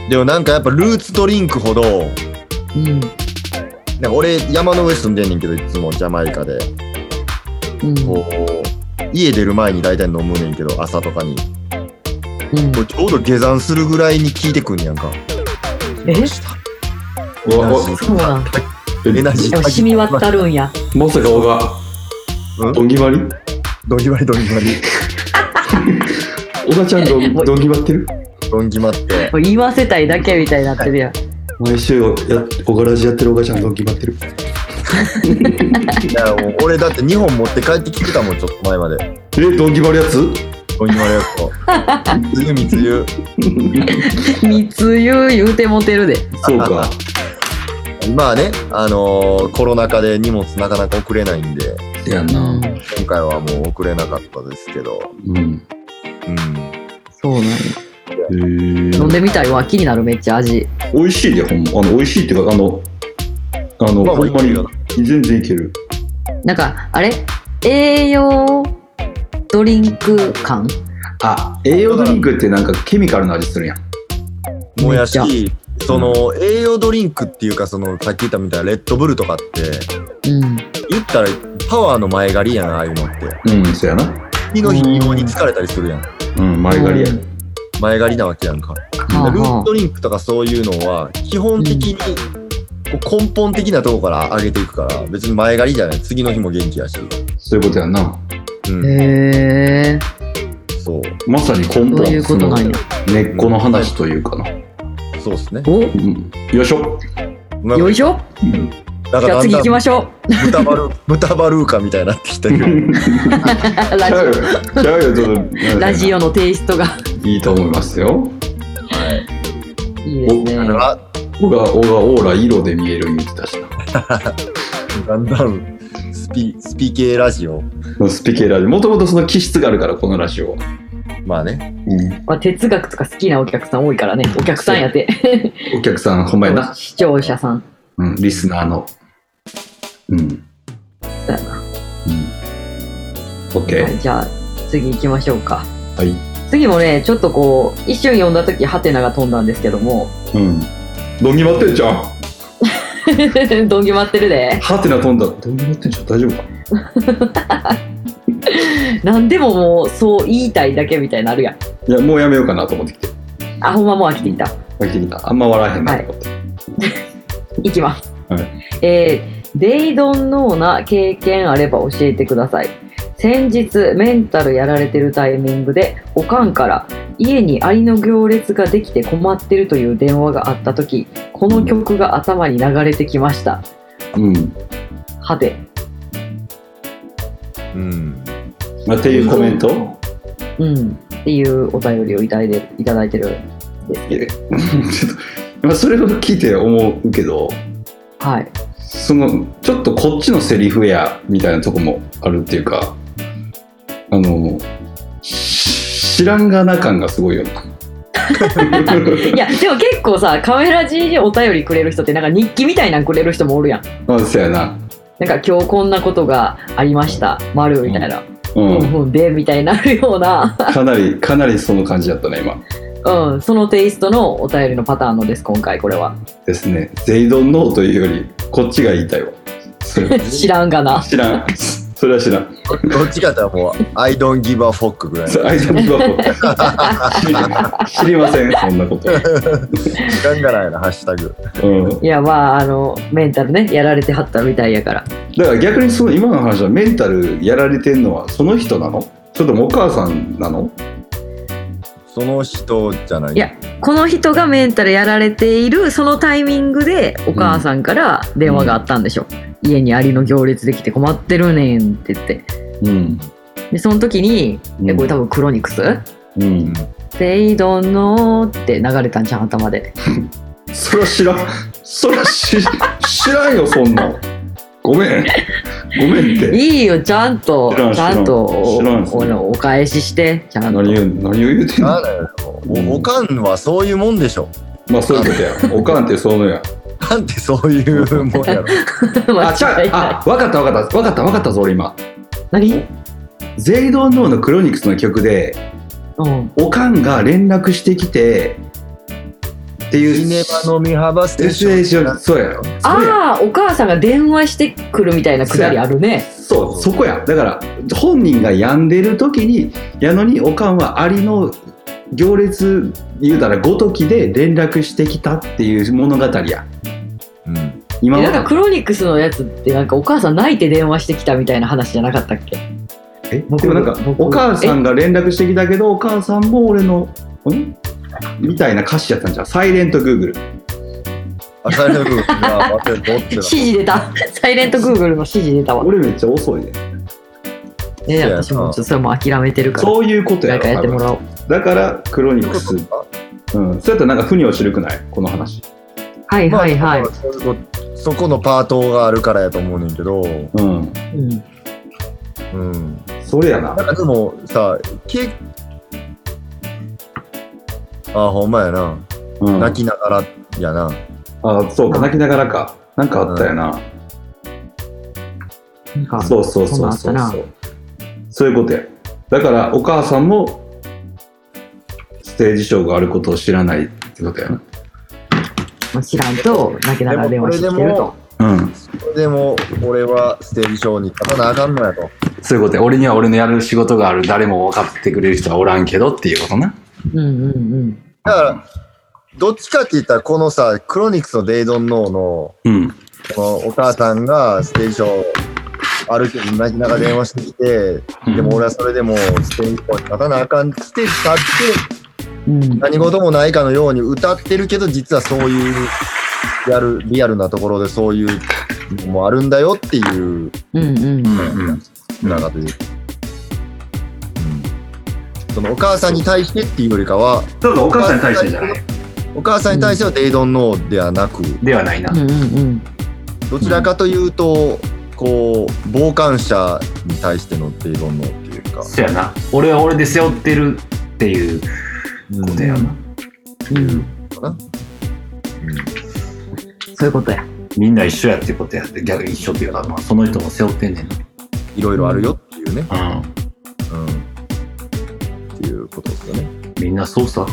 [SPEAKER 2] でもなんかやっぱルーツドリンクほど、
[SPEAKER 3] うん。
[SPEAKER 2] なんか俺山の上住んでんねんけど、いつもジャマイカで、
[SPEAKER 3] うん。
[SPEAKER 2] こう、家出る前に大体飲むねんけど、朝とかに。
[SPEAKER 3] うん
[SPEAKER 2] こうちょうど下山するぐらいに効いてくんねやんか。
[SPEAKER 3] え
[SPEAKER 4] わわ
[SPEAKER 3] そうなん。
[SPEAKER 2] エナジー
[SPEAKER 3] でも染み渡るんや。
[SPEAKER 4] まさかおが
[SPEAKER 2] うん
[SPEAKER 4] ドンギバリ
[SPEAKER 2] ドギマリドギマリ。
[SPEAKER 4] おがちゃんドンドンギバってる
[SPEAKER 2] ドンギマって。
[SPEAKER 3] もう言わせたいだけみたいになって るやん。
[SPEAKER 4] 毎週やおがらじやってるおがちゃんドンギバってる
[SPEAKER 2] いやもう俺だって2本持って帰ってきてたもんちょっと前まで
[SPEAKER 4] えドンギバるやつ
[SPEAKER 2] お庭のやつと梅雨密輸
[SPEAKER 3] 密輸言うてモテるで。
[SPEAKER 4] そうか
[SPEAKER 2] まあねあのーコロナ禍で荷物なかなか送れないんで
[SPEAKER 4] せやな。
[SPEAKER 2] 今回はもう送れなかったですけど、
[SPEAKER 4] うん。
[SPEAKER 2] うん、
[SPEAKER 3] そうなんや
[SPEAKER 4] へ
[SPEAKER 3] 飲んでみたいわ気になるめっちゃ味
[SPEAKER 4] 美味しいで、ほんま。あの、美味しいっていうか、あの、あの、
[SPEAKER 2] まあ
[SPEAKER 4] ほんま
[SPEAKER 2] いい
[SPEAKER 4] に
[SPEAKER 2] よ、
[SPEAKER 4] 全然いける。
[SPEAKER 3] なんかあれ栄養ドリンク感
[SPEAKER 4] あ、栄養ドリンクってなんかケミカルな味するやん。
[SPEAKER 2] もや
[SPEAKER 3] めっ
[SPEAKER 2] しその栄養ドリンクっていうかそのさっき言ったみたいなレッドブルとかって
[SPEAKER 3] うん
[SPEAKER 2] 言ったらパワーの前借りやなああいうのって
[SPEAKER 4] うん、そうやな。
[SPEAKER 2] 日の日用に疲れたりするやん
[SPEAKER 4] うん、前借りや。
[SPEAKER 2] 前借りなわけやんか
[SPEAKER 3] はあ
[SPEAKER 2] ルー
[SPEAKER 3] は
[SPEAKER 2] トドリンクとかそういうのは基本的にこう根本的なとこから上げていくから別に前借りじゃない次の日も元気やし、
[SPEAKER 4] そういうことやな。
[SPEAKER 2] う
[SPEAKER 3] あ
[SPEAKER 2] ん、
[SPEAKER 3] へえ
[SPEAKER 2] そう
[SPEAKER 4] まさに根
[SPEAKER 3] そ
[SPEAKER 4] 本
[SPEAKER 3] ういうことなんや
[SPEAKER 4] その根っこの話というかな。
[SPEAKER 2] そうですね
[SPEAKER 3] お
[SPEAKER 4] うんよいしょ。
[SPEAKER 2] まあ
[SPEAKER 3] よいしょ
[SPEAKER 4] うん
[SPEAKER 2] だ
[SPEAKER 3] じゃあ次行きま
[SPEAKER 2] し
[SPEAKER 3] しょ
[SPEAKER 2] ょう豚バル豚バルーカみたいになってきたけど
[SPEAKER 3] う
[SPEAKER 4] ち
[SPEAKER 3] ラ
[SPEAKER 4] ゃうよ
[SPEAKER 3] ジ。
[SPEAKER 4] ちゃうよ、ちょっ
[SPEAKER 3] オ
[SPEAKER 4] と。
[SPEAKER 3] ラジオのテイストが
[SPEAKER 4] いいと思いますよ。
[SPEAKER 3] いいですね
[SPEAKER 2] だか
[SPEAKER 4] オガ、オガ、オーラ、色で見える言ってたし
[SPEAKER 2] らだんだんスピスピ系ラジオ
[SPEAKER 4] な。スピケラで、もともとその気質があるから、このラジオは。
[SPEAKER 2] まあね
[SPEAKER 3] まあ、哲学とか好きなお客さん多いからねお客さんやて
[SPEAKER 4] お客さん、ほんまやな。
[SPEAKER 3] 視聴者さん
[SPEAKER 4] うん、リスナーの。うん。
[SPEAKER 3] そうやな、
[SPEAKER 4] オッケ
[SPEAKER 3] は
[SPEAKER 4] ー。
[SPEAKER 3] いじゃあ次行きましょうか
[SPEAKER 4] はい。
[SPEAKER 3] 次もねちょっとこう一瞬読んだ時ハテナが飛んだんですけども
[SPEAKER 4] うん。どんぎまってんじゃん。
[SPEAKER 3] どんぎまってるで
[SPEAKER 4] ハテナ飛んだ。どんぎまってんじゃん。大丈夫か。
[SPEAKER 3] 何でももうそう言いたいだけみたいになるやん
[SPEAKER 4] いや、もうやめようかなと思ってきて。
[SPEAKER 3] あほんまもう飽きてきた
[SPEAKER 4] 飽きてきた。あんま笑えへんなと思って。
[SPEAKER 3] いきます。
[SPEAKER 4] はい
[SPEAKER 3] えー、デイドンノーな経験あれば教えてください。先日メンタルやられてるタイミングでおかんから家にアリの行列ができて困ってるという電話があった時この曲が頭に流れてきました。
[SPEAKER 4] うん。
[SPEAKER 3] はて。
[SPEAKER 2] うん
[SPEAKER 4] まあ、っていうコメント
[SPEAKER 3] うん。っていうお便りをいただいていただいてるんです
[SPEAKER 4] い
[SPEAKER 3] け
[SPEAKER 4] や
[SPEAKER 3] ど。
[SPEAKER 4] ちょっと、まあ、それを聞いて思うけど、
[SPEAKER 3] はい。
[SPEAKER 4] その、ちょっとこっちのセリフや、みたいなとこもあるっていうか、あの、し知らんがな感がすごいよな。
[SPEAKER 3] いや、でも結構さ、カメラ G にお便りくれる人ってなんか日記みたいなんくれる人もおるやん。
[SPEAKER 4] まあ、そうやな。
[SPEAKER 3] なんか今日こんなことがありました。丸みたいな。
[SPEAKER 4] う
[SPEAKER 3] うん
[SPEAKER 4] ん。
[SPEAKER 3] うんでみたいになるよ うな、
[SPEAKER 4] かなり、かなりその感じだったね、今。
[SPEAKER 3] うん、そのテイストのお便りのパターンのです今回これは
[SPEAKER 4] ですね。ゼイドンノーというより、こっちが言いたいわ。それは
[SPEAKER 3] 知らんがな
[SPEAKER 4] 知らん。それは知らん。
[SPEAKER 2] どどっちかって言ったらもう「I don't give a fuck」ぐらい
[SPEAKER 4] そ
[SPEAKER 2] の
[SPEAKER 4] うアイドルは知りません、そんなこと。
[SPEAKER 2] 時間がないなハッシュタグ
[SPEAKER 4] うん。
[SPEAKER 3] いやまああのメンタルねやられてはったみたいやから
[SPEAKER 4] だから逆にその今の話はメンタルやられてんのはその人なのそれともお母さんなの
[SPEAKER 2] その人じゃない
[SPEAKER 3] いやこの人がメンタルやられているそのタイミングでお母さんから電話があったんでしょ、家にアリの行列できて困ってるねんって言って
[SPEAKER 4] うん。
[SPEAKER 3] でその時に、えこれ多分クロニクス
[SPEAKER 4] うん。
[SPEAKER 3] デイドンのーって流れたんじゃん頭で
[SPEAKER 4] それは知らん。それは知知らんよ、そんなん。ごめん。ごめんって。
[SPEAKER 3] いいよちゃんと
[SPEAKER 4] 知らん
[SPEAKER 3] ちゃんとお
[SPEAKER 4] 知らんですね
[SPEAKER 3] おのお返ししてちゃんと
[SPEAKER 4] 何 言う、何を言うてんの
[SPEAKER 2] なんだよ
[SPEAKER 4] うん
[SPEAKER 2] おおかんはそういうもんでしょ
[SPEAKER 4] まあそういうことや。おかんってそうい うのや。
[SPEAKER 2] なんてそういうもんやろ
[SPEAKER 4] あ、ちゃ
[SPEAKER 3] 間違
[SPEAKER 4] う
[SPEAKER 3] い。ない
[SPEAKER 4] あ、わかったわかった。わかったわかったぞ、俺今。
[SPEAKER 3] 何
[SPEAKER 4] ゼイドンノーのクロニクスの曲で、
[SPEAKER 3] うん。
[SPEAKER 4] おかんが連絡してきて、っていう。
[SPEAKER 2] シネマの見幅ステーション
[SPEAKER 4] そうや。そうや
[SPEAKER 3] ああ、お母さんが電話してくるみたいなくだりあるね。
[SPEAKER 4] そうそこやだから本人が病んでる時にやのにおかんはアリの行列言うたらごときで連絡してきたっていう物語や
[SPEAKER 2] うん
[SPEAKER 4] 今
[SPEAKER 3] えなんか
[SPEAKER 4] は
[SPEAKER 3] クロニクスのやつってなんかお母さん泣いて電話してきたみたいな話じゃなかったっけ
[SPEAKER 4] えでもなんか
[SPEAKER 3] 僕
[SPEAKER 4] お母さんが連絡してきたけどお母さんも俺のんみたいな歌詞やったんじゃんサイレントグーグル
[SPEAKER 2] 朝日君が待ってるどって
[SPEAKER 3] 指示出た。サイレントグーグルの指示 出たわ。
[SPEAKER 4] 俺めっちゃ遅いね
[SPEAKER 3] ね、
[SPEAKER 2] そうやな
[SPEAKER 3] 私もちょっとそれも諦めてるから。
[SPEAKER 4] そういうこと
[SPEAKER 3] な
[SPEAKER 4] や
[SPEAKER 3] んかやってもらおう。
[SPEAKER 4] だからクロニクス、、
[SPEAKER 2] そううん
[SPEAKER 4] そうやったらなんか腑に落ちるくないこの話
[SPEAKER 3] はい
[SPEAKER 2] まあ
[SPEAKER 3] はいはい。
[SPEAKER 2] そういうことそこのパートがあるからやと思うねんけど
[SPEAKER 4] うん
[SPEAKER 3] うん
[SPEAKER 2] うん。
[SPEAKER 4] それやな
[SPEAKER 2] なんかでもさ、けあ、ほんまやな。
[SPEAKER 4] うん、
[SPEAKER 2] 泣きながらやな。
[SPEAKER 4] あそうか泣きながらかなんかあったよな、
[SPEAKER 3] なんか
[SPEAKER 4] そうそうそう
[SPEAKER 3] そ
[SPEAKER 4] そ
[SPEAKER 3] ん
[SPEAKER 4] う
[SPEAKER 3] なんあっ
[SPEAKER 4] そうそういうことやだからお母さんもステージショーがあることを知らないってことやな
[SPEAKER 3] もう知らんと泣きながら電話してきてる
[SPEAKER 2] で
[SPEAKER 3] と
[SPEAKER 2] も。
[SPEAKER 4] うん
[SPEAKER 2] でも、俺はステージショーに勝たなあかんのやと。
[SPEAKER 4] そういうことや俺には俺のやる仕事がある誰も分かってくれる人はおらんけどっていうことな
[SPEAKER 3] うんうん
[SPEAKER 2] だから、どっちかって言ったら、このさ、クロニクスのデイドンノーの、
[SPEAKER 4] うん
[SPEAKER 2] このお母さんがステージショーあるけど、泣きながら電話してきて、
[SPEAKER 4] うん
[SPEAKER 2] でも俺はそれでもステージショーに勝たなあかんって立って、
[SPEAKER 3] うんうん。
[SPEAKER 2] 何事もないかのように歌ってるけど、実はそういう、やる、リアルなところでそういうのもあるんだよっていう、
[SPEAKER 3] うんうん。
[SPEAKER 4] うんうん
[SPEAKER 2] なんかという。そのお母さんに対してっていうよりかは、
[SPEAKER 4] そうかお母さんに対してじゃない
[SPEAKER 2] お母さんに対してはデイドンノーではなく、
[SPEAKER 4] ではないな、
[SPEAKER 3] うんうんうん。
[SPEAKER 2] どちらかというと、こう、傍観者に対してのデイドンノーっていうか、
[SPEAKER 4] そうやな俺は俺で背負ってるっていうことやな、
[SPEAKER 3] うん。
[SPEAKER 2] うん
[SPEAKER 3] そういうことや。
[SPEAKER 4] みんな一緒やっていうことやって逆に一緒っていうか、まあ、その人も背負ってんねん
[SPEAKER 2] いろいろあるよっていうね、
[SPEAKER 4] な、
[SPEAKER 2] うん。っていうことですよね。
[SPEAKER 4] うん、みんなそうさ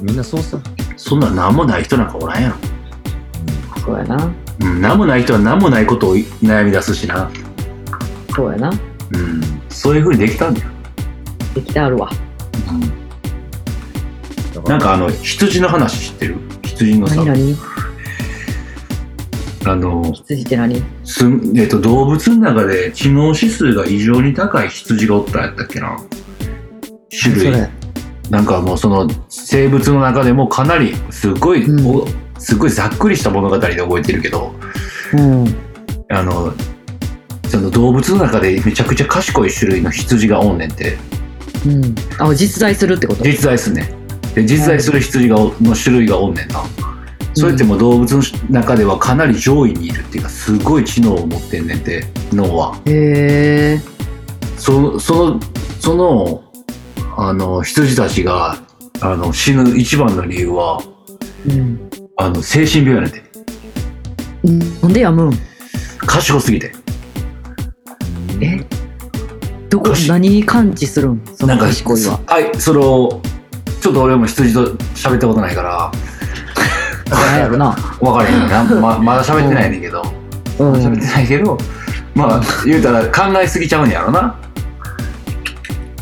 [SPEAKER 2] みんなそうさ。
[SPEAKER 4] そんな何もない人なんかおらんやろ、
[SPEAKER 3] そうやな。
[SPEAKER 4] うん、何もない人は何もないことを悩み出すしな、
[SPEAKER 3] そうやな。
[SPEAKER 4] うん、そういうふうにできたんだよ、
[SPEAKER 3] できてあるわ。
[SPEAKER 2] だ
[SPEAKER 4] なんかあの羊の話知ってる羊のさ
[SPEAKER 3] 何何
[SPEAKER 4] あの
[SPEAKER 3] 羊って何
[SPEAKER 4] すん、えっと、動物の中で知能指数が異常に高い羊がおったんやったっけな種類
[SPEAKER 3] それ。
[SPEAKER 4] なんかもうその生物の中でもかなりすごい、
[SPEAKER 3] うん
[SPEAKER 4] おすごいざっくりした物語で覚えてるけど
[SPEAKER 3] うん。
[SPEAKER 4] あのその動物の中でめちゃくちゃ賢い種類の羊がおんねんって
[SPEAKER 3] うん。あ、実在するってこと
[SPEAKER 4] 実在すんねんで実在する羊がおの種類がおんねんなそれってもう動物の中ではかなり上位にいるっていうかすごい知能を持ってんねんて脳は
[SPEAKER 3] へえ。
[SPEAKER 4] そのそのそのあの羊たちがあの死ぬ一番の理由は
[SPEAKER 3] うん。
[SPEAKER 4] あの精神病やねんて
[SPEAKER 3] なんでやむん
[SPEAKER 4] 賢すぎて
[SPEAKER 3] えどこ
[SPEAKER 4] よし
[SPEAKER 3] 何に感知するんそ
[SPEAKER 4] な
[SPEAKER 3] の
[SPEAKER 4] んか
[SPEAKER 3] 賢いは。
[SPEAKER 4] はいそれをちょっと俺も羊と喋ったことないから
[SPEAKER 3] なんやろな。
[SPEAKER 4] 分からへんよ なままだ喋ってないねんけど、
[SPEAKER 3] うん。
[SPEAKER 4] 喋ってないけどまあ言うたら考えすぎちゃうんやろな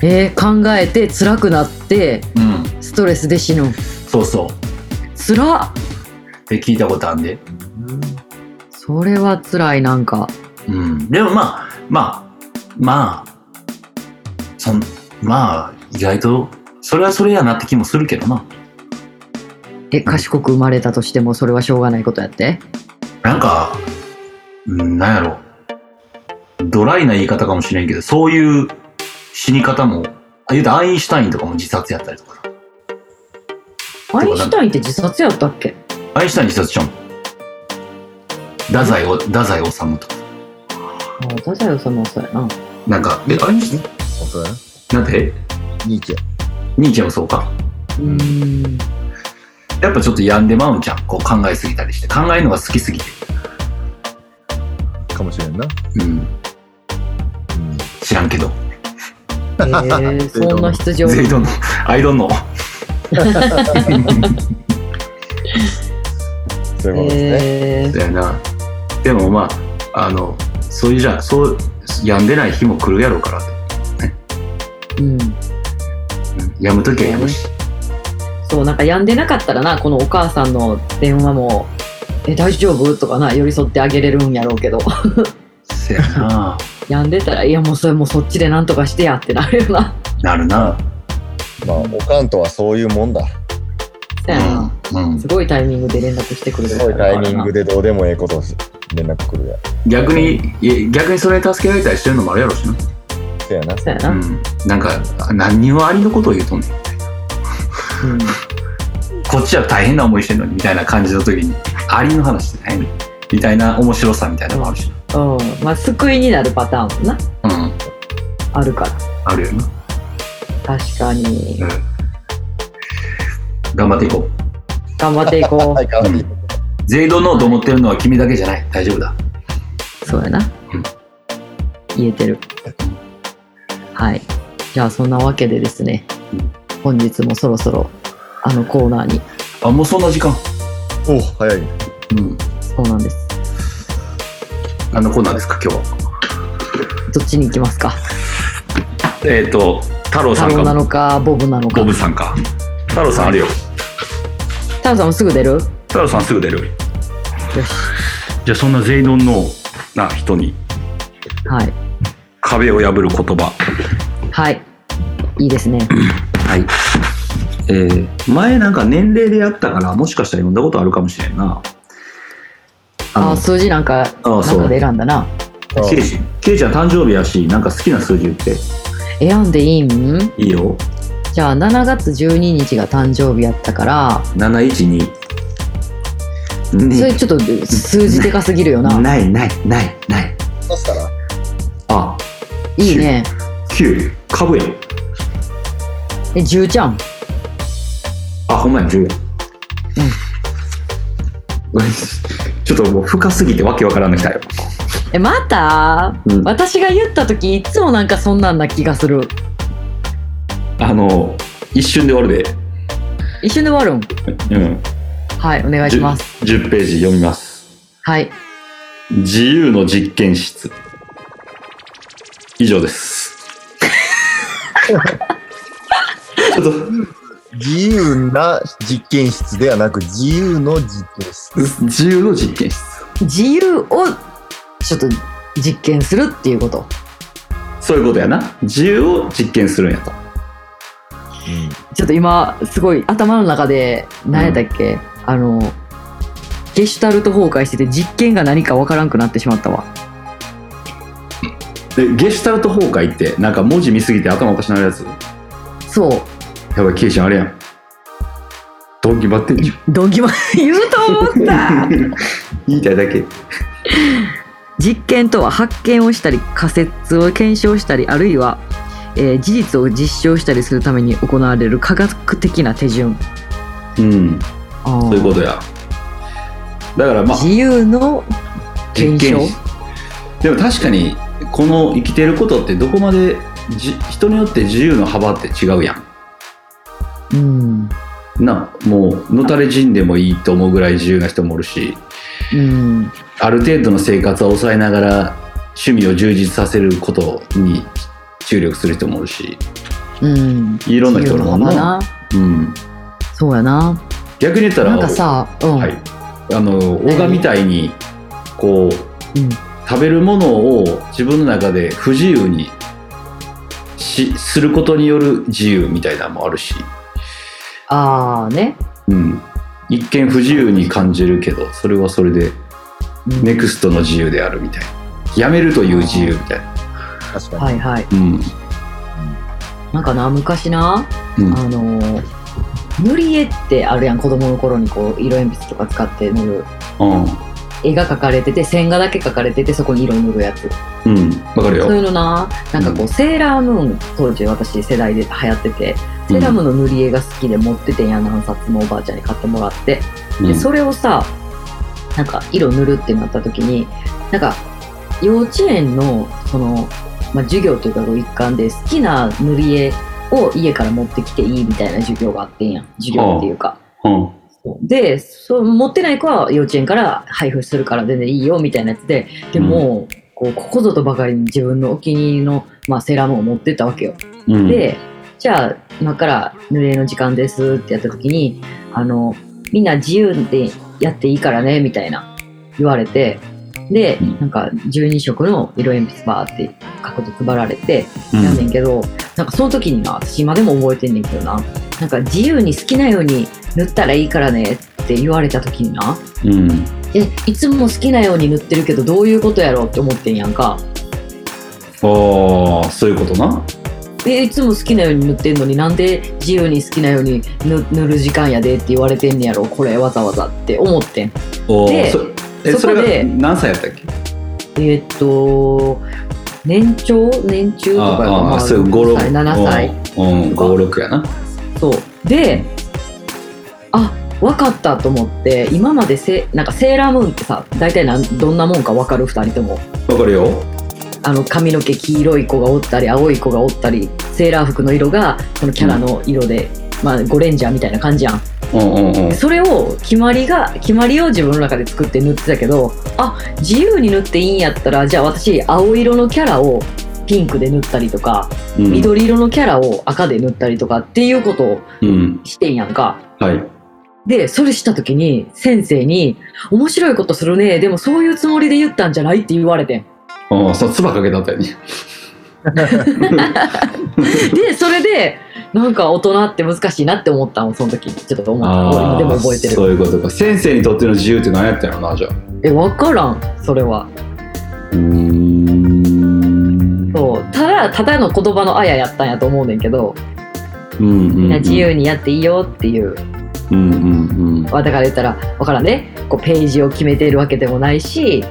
[SPEAKER 3] えー、考えて辛くなって
[SPEAKER 4] うん
[SPEAKER 3] ストレスで死ぬ
[SPEAKER 4] そうそう
[SPEAKER 3] 辛っ
[SPEAKER 4] って聞いたことあんで
[SPEAKER 3] それは辛いなんか
[SPEAKER 4] うんでもまあまあまあそんまあ意外とそれはそれやなって気もするけどな
[SPEAKER 3] え賢く生まれたとしてもそれはしょうがないことやって
[SPEAKER 4] なんかうんなんやろドライな言い方かもしれんけどそういう死に方もあ言うたらアインシュタインとかも自殺やったりとかさ
[SPEAKER 3] アインシュタインって自殺やったっけ
[SPEAKER 4] アインシュタイン自殺ちゃうん太宰を太宰治とか
[SPEAKER 3] あ太宰治もそうやな
[SPEAKER 4] なんかえアインシュタ
[SPEAKER 2] あそうやな
[SPEAKER 4] インなんで
[SPEAKER 2] ニーチェ。
[SPEAKER 4] ニーチェもそうか
[SPEAKER 3] うー ん
[SPEAKER 4] やっぱちょっと病んでまうんじゃんこう考えすぎたりして考えるのが好きすぎて
[SPEAKER 2] かもしれんな。
[SPEAKER 4] うん
[SPEAKER 2] うん
[SPEAKER 4] 知らんけど
[SPEAKER 3] えー、そんな羊を
[SPEAKER 4] ゼイドンの アイドンの
[SPEAKER 2] そういうことですね。
[SPEAKER 3] えー、
[SPEAKER 4] だよなでもまああのそういうじゃそう病んでない日も来るやろうから
[SPEAKER 3] うん
[SPEAKER 4] 病む時は病むし
[SPEAKER 3] そうなんか病んでなかったらなこのお母さんの電話も「え大丈夫?」とかな寄り添ってあげれるんやろうけど
[SPEAKER 4] せやな
[SPEAKER 3] 病んでたら「いやもうそれもうそっちでなんとかしてや」ってなるよな
[SPEAKER 4] なるな
[SPEAKER 2] まあ、おかんとはそういうもんだ。
[SPEAKER 3] そうやな、
[SPEAKER 4] うんうん
[SPEAKER 3] すごいタイミングで連絡してくれる
[SPEAKER 2] すごいタイミング
[SPEAKER 3] で
[SPEAKER 2] でどうでもええことす連絡来るや
[SPEAKER 4] 逆にいや逆にそれに助けられたりしてるのもあるやろうしな
[SPEAKER 2] つ。せやな。
[SPEAKER 3] そうやな、
[SPEAKER 4] う
[SPEAKER 3] うん
[SPEAKER 4] んなんか何にもありのことを言うとんねんこっちは大変な思いしてんのにみたいな感じの時にありの話ってないねんみたいな面白さみたいなのもあるし
[SPEAKER 3] うんまあ救いになるパターンもな
[SPEAKER 4] なうん
[SPEAKER 3] あるから
[SPEAKER 4] あるよな、
[SPEAKER 3] 確かに
[SPEAKER 4] うん、頑張っていこう
[SPEAKER 3] 頑張っていこ
[SPEAKER 2] はい、かわいい。
[SPEAKER 4] ゼイドノーと思ってるのは君だけじゃない大丈夫だ
[SPEAKER 3] うそうやな言えてるはいじゃあそんなわけでですね
[SPEAKER 4] うん
[SPEAKER 3] 本日もそろそろあのコーナーに
[SPEAKER 4] あもうそんな時間
[SPEAKER 2] お早い。
[SPEAKER 4] うん
[SPEAKER 3] そうなんです
[SPEAKER 4] あのコーナーですか今日は
[SPEAKER 3] どっちに行きますか
[SPEAKER 4] えっ、と太郎さ
[SPEAKER 3] 太
[SPEAKER 4] ん
[SPEAKER 3] 郎な
[SPEAKER 4] か
[SPEAKER 3] のかボブなのか
[SPEAKER 4] ボブさんか太郎さんあるよ
[SPEAKER 3] 太郎さんもすぐ出る
[SPEAKER 4] 太郎さんすぐ出るよ
[SPEAKER 3] よ
[SPEAKER 4] じゃあそんなゼイドノーな人に
[SPEAKER 3] はい
[SPEAKER 4] 壁を破る言葉
[SPEAKER 3] はいいいですね
[SPEAKER 4] はい。えー前なんか年齢でやったから、もしかしたら読んだことあるかもしれんな。
[SPEAKER 3] あ
[SPEAKER 4] の
[SPEAKER 3] あ、数字なんか
[SPEAKER 4] あそう
[SPEAKER 3] 中で選んだな
[SPEAKER 4] ケイジケイちゃん誕生日やし、なんか好きな数字言って。
[SPEAKER 3] 選んでいいん
[SPEAKER 4] いいよ。
[SPEAKER 3] じゃあ7月12日が誕生日やったから
[SPEAKER 4] 712。
[SPEAKER 3] それちょっと数字でかすぎるよな
[SPEAKER 4] ないないないない。
[SPEAKER 2] そしたら、
[SPEAKER 4] あ、
[SPEAKER 3] いいね
[SPEAKER 4] 9。株やん。
[SPEAKER 3] え10ちゃん
[SPEAKER 4] あ、ほんまや、10や。うん。ちょっともう深すぎてわけわからんのきたよ。
[SPEAKER 3] えまた、
[SPEAKER 4] うん
[SPEAKER 3] 私が言った時いつもなんかそんなんな気がする
[SPEAKER 4] あの、一瞬で終わる
[SPEAKER 3] 一瞬で終わるん
[SPEAKER 4] で。うん。
[SPEAKER 3] はいお願いします
[SPEAKER 4] 10 10ページ読みます。
[SPEAKER 3] はい
[SPEAKER 4] 自由の実験室以上ですちょっ
[SPEAKER 2] 自由な実験室ではなく、自由の実験室。
[SPEAKER 4] と自由の実験室
[SPEAKER 3] 自由をちょっと実験するっていうこと
[SPEAKER 4] そういうことやな自由を実験するんやと
[SPEAKER 3] ちょっと今すごい頭の中で何やったっけ、あのゲシュタルト崩壊してて実験が何かわからんくなってしまったわ
[SPEAKER 4] でゲシュタルト崩壊ってなんか文字見すぎて頭おかしなるやつ
[SPEAKER 3] そう
[SPEAKER 4] やばいケイシャンあれやんドンキバってんじ
[SPEAKER 3] ドン キマ言うと思っ
[SPEAKER 4] ゃ
[SPEAKER 3] た
[SPEAKER 4] ん言いたいだけ
[SPEAKER 3] 実験とは発見をしたり仮説を検証したりあるいは、えー事実を実証したりするために行われる科学的な手順
[SPEAKER 4] うん
[SPEAKER 3] そ
[SPEAKER 4] そういうことやだからまあ
[SPEAKER 3] 自由の検証
[SPEAKER 4] でも確かにこの生きてることってどこまでじ人によって自由の幅って違うや
[SPEAKER 3] うん
[SPEAKER 4] んなもうのたれ死んでもいいと思うぐらい自由な人もおるし
[SPEAKER 3] うん
[SPEAKER 4] ある程度の生活は抑えながら趣味を充実させることに注力する人もおるし
[SPEAKER 3] うん
[SPEAKER 4] いろんな人おるも
[SPEAKER 3] 自由
[SPEAKER 4] ん
[SPEAKER 3] の
[SPEAKER 4] な
[SPEAKER 3] 幅な
[SPEAKER 4] うん、
[SPEAKER 3] そうやな
[SPEAKER 4] 逆に言ったら
[SPEAKER 3] なんかさ、うん
[SPEAKER 4] はい、あの拝みたいにこう
[SPEAKER 3] うん
[SPEAKER 4] 食べるものを自分の中で不自由にしすることによる自由みたいなのもあるし、
[SPEAKER 3] ああね、
[SPEAKER 4] うん、一見不自由に感じるけどそれはそれで
[SPEAKER 3] うん
[SPEAKER 4] ネクストの自由であるみたいなやめるという自由みたいな、
[SPEAKER 2] 確かに。
[SPEAKER 3] はいはい
[SPEAKER 4] うん
[SPEAKER 3] なんかな昔な
[SPEAKER 4] うん
[SPEAKER 3] あのー塗り絵ってあるやん子供の頃にこう色鉛筆とか使って塗る絵が描かれてて線画だけ描かれててそこに色塗るやつ
[SPEAKER 4] うんうん、わかるよ
[SPEAKER 3] そういうのななんかこう、
[SPEAKER 4] うん
[SPEAKER 3] セーラームーン当時私世代で流行っててセーラームーンの塗り絵が好きで持っててんや何冊もおばあちゃんに買ってもらって
[SPEAKER 4] うん
[SPEAKER 3] でそれをさなんか色塗るってなった時になんか幼稚園のその、まあ、授業というかの一環で好きな塗り絵を家から持ってきていいみたいな授業があってんやん授業っていうか。
[SPEAKER 4] うん
[SPEAKER 3] でそう持ってない子は幼稚園から配布するから全然いいよみたいなやつででも、こうここぞとばかりに自分のお気に入りの、まあ、セーラームーンを持ってったわけよ。
[SPEAKER 4] うん、
[SPEAKER 3] でじゃあ今から濡れの時間ですってやった時にあのみんな自由でやっていいからねみたいな言われてで
[SPEAKER 4] うん
[SPEAKER 3] なんか12色の色鉛筆バーって書くと配られて
[SPEAKER 4] うん
[SPEAKER 3] やんねんけど、なんかその時にな私今でも覚えてんねんけどななんか自由に好きなように塗ったらいいからねって言われた時にな
[SPEAKER 4] うん
[SPEAKER 3] えいつも好きなように塗ってるけどどういうことやろうって思ってんやんか。
[SPEAKER 4] ああそういうことな
[SPEAKER 3] でいつも好きなように塗ってんのになんで自由に好きなように塗塗る時間やでって言われてんねやろこれわざわざって思ってん
[SPEAKER 4] おー
[SPEAKER 3] で
[SPEAKER 4] そえ
[SPEAKER 3] そこ
[SPEAKER 4] それ
[SPEAKER 3] で
[SPEAKER 4] が何歳やったっけ
[SPEAKER 3] えーっと年長年中とかやから
[SPEAKER 4] あ
[SPEAKER 3] ま
[SPEAKER 4] あ
[SPEAKER 3] あ
[SPEAKER 4] そういう
[SPEAKER 3] 6
[SPEAKER 4] 56
[SPEAKER 3] 歳7歳
[SPEAKER 4] うん56やな
[SPEAKER 3] そうであ分かったと思って今までせなんかセーラームーンってさ大体なんどんなもんか分かる2人とも
[SPEAKER 4] わかるよ
[SPEAKER 3] あの髪の毛黄色い子がおったり青い子がおったりセーラー服の色がそのキャラの色で、まあ、ゴレンジャーみたいな感じやん
[SPEAKER 4] うんうんうん
[SPEAKER 3] それを決まりが決まりを自分の中で作って塗ってたけどあ自由に塗っていいんやったらじゃあ私青色のキャラをピンクで塗ったりとか
[SPEAKER 4] うん
[SPEAKER 3] 緑色のキャラを赤で塗ったりとかっていうことを
[SPEAKER 4] うん
[SPEAKER 3] してんやんか。
[SPEAKER 4] はい
[SPEAKER 3] で、それした時に、先生に、面白いことするね。でもそういうつもりで言ったんじゃないって言われてん。
[SPEAKER 4] ああそう唾かけたったよね
[SPEAKER 3] で、それで、なんか大人って難しいなって思ったの、その時。ちょっと思った。
[SPEAKER 4] あ
[SPEAKER 3] 今
[SPEAKER 4] あ
[SPEAKER 3] でも覚えてる。
[SPEAKER 4] そういうことか先生にとっての自由って何やったんやろなじゃあ
[SPEAKER 3] え、わからん、それは。
[SPEAKER 4] うーん
[SPEAKER 3] そう。ただ、ただの言葉のあややったんやと思うねんけど、
[SPEAKER 4] うんうん
[SPEAKER 3] み
[SPEAKER 4] うん
[SPEAKER 3] なん自由にやっていいよっていう。
[SPEAKER 4] うんうんうん
[SPEAKER 3] わだから言ったら、わからんね。こう、ページを決めてるわけでもないし、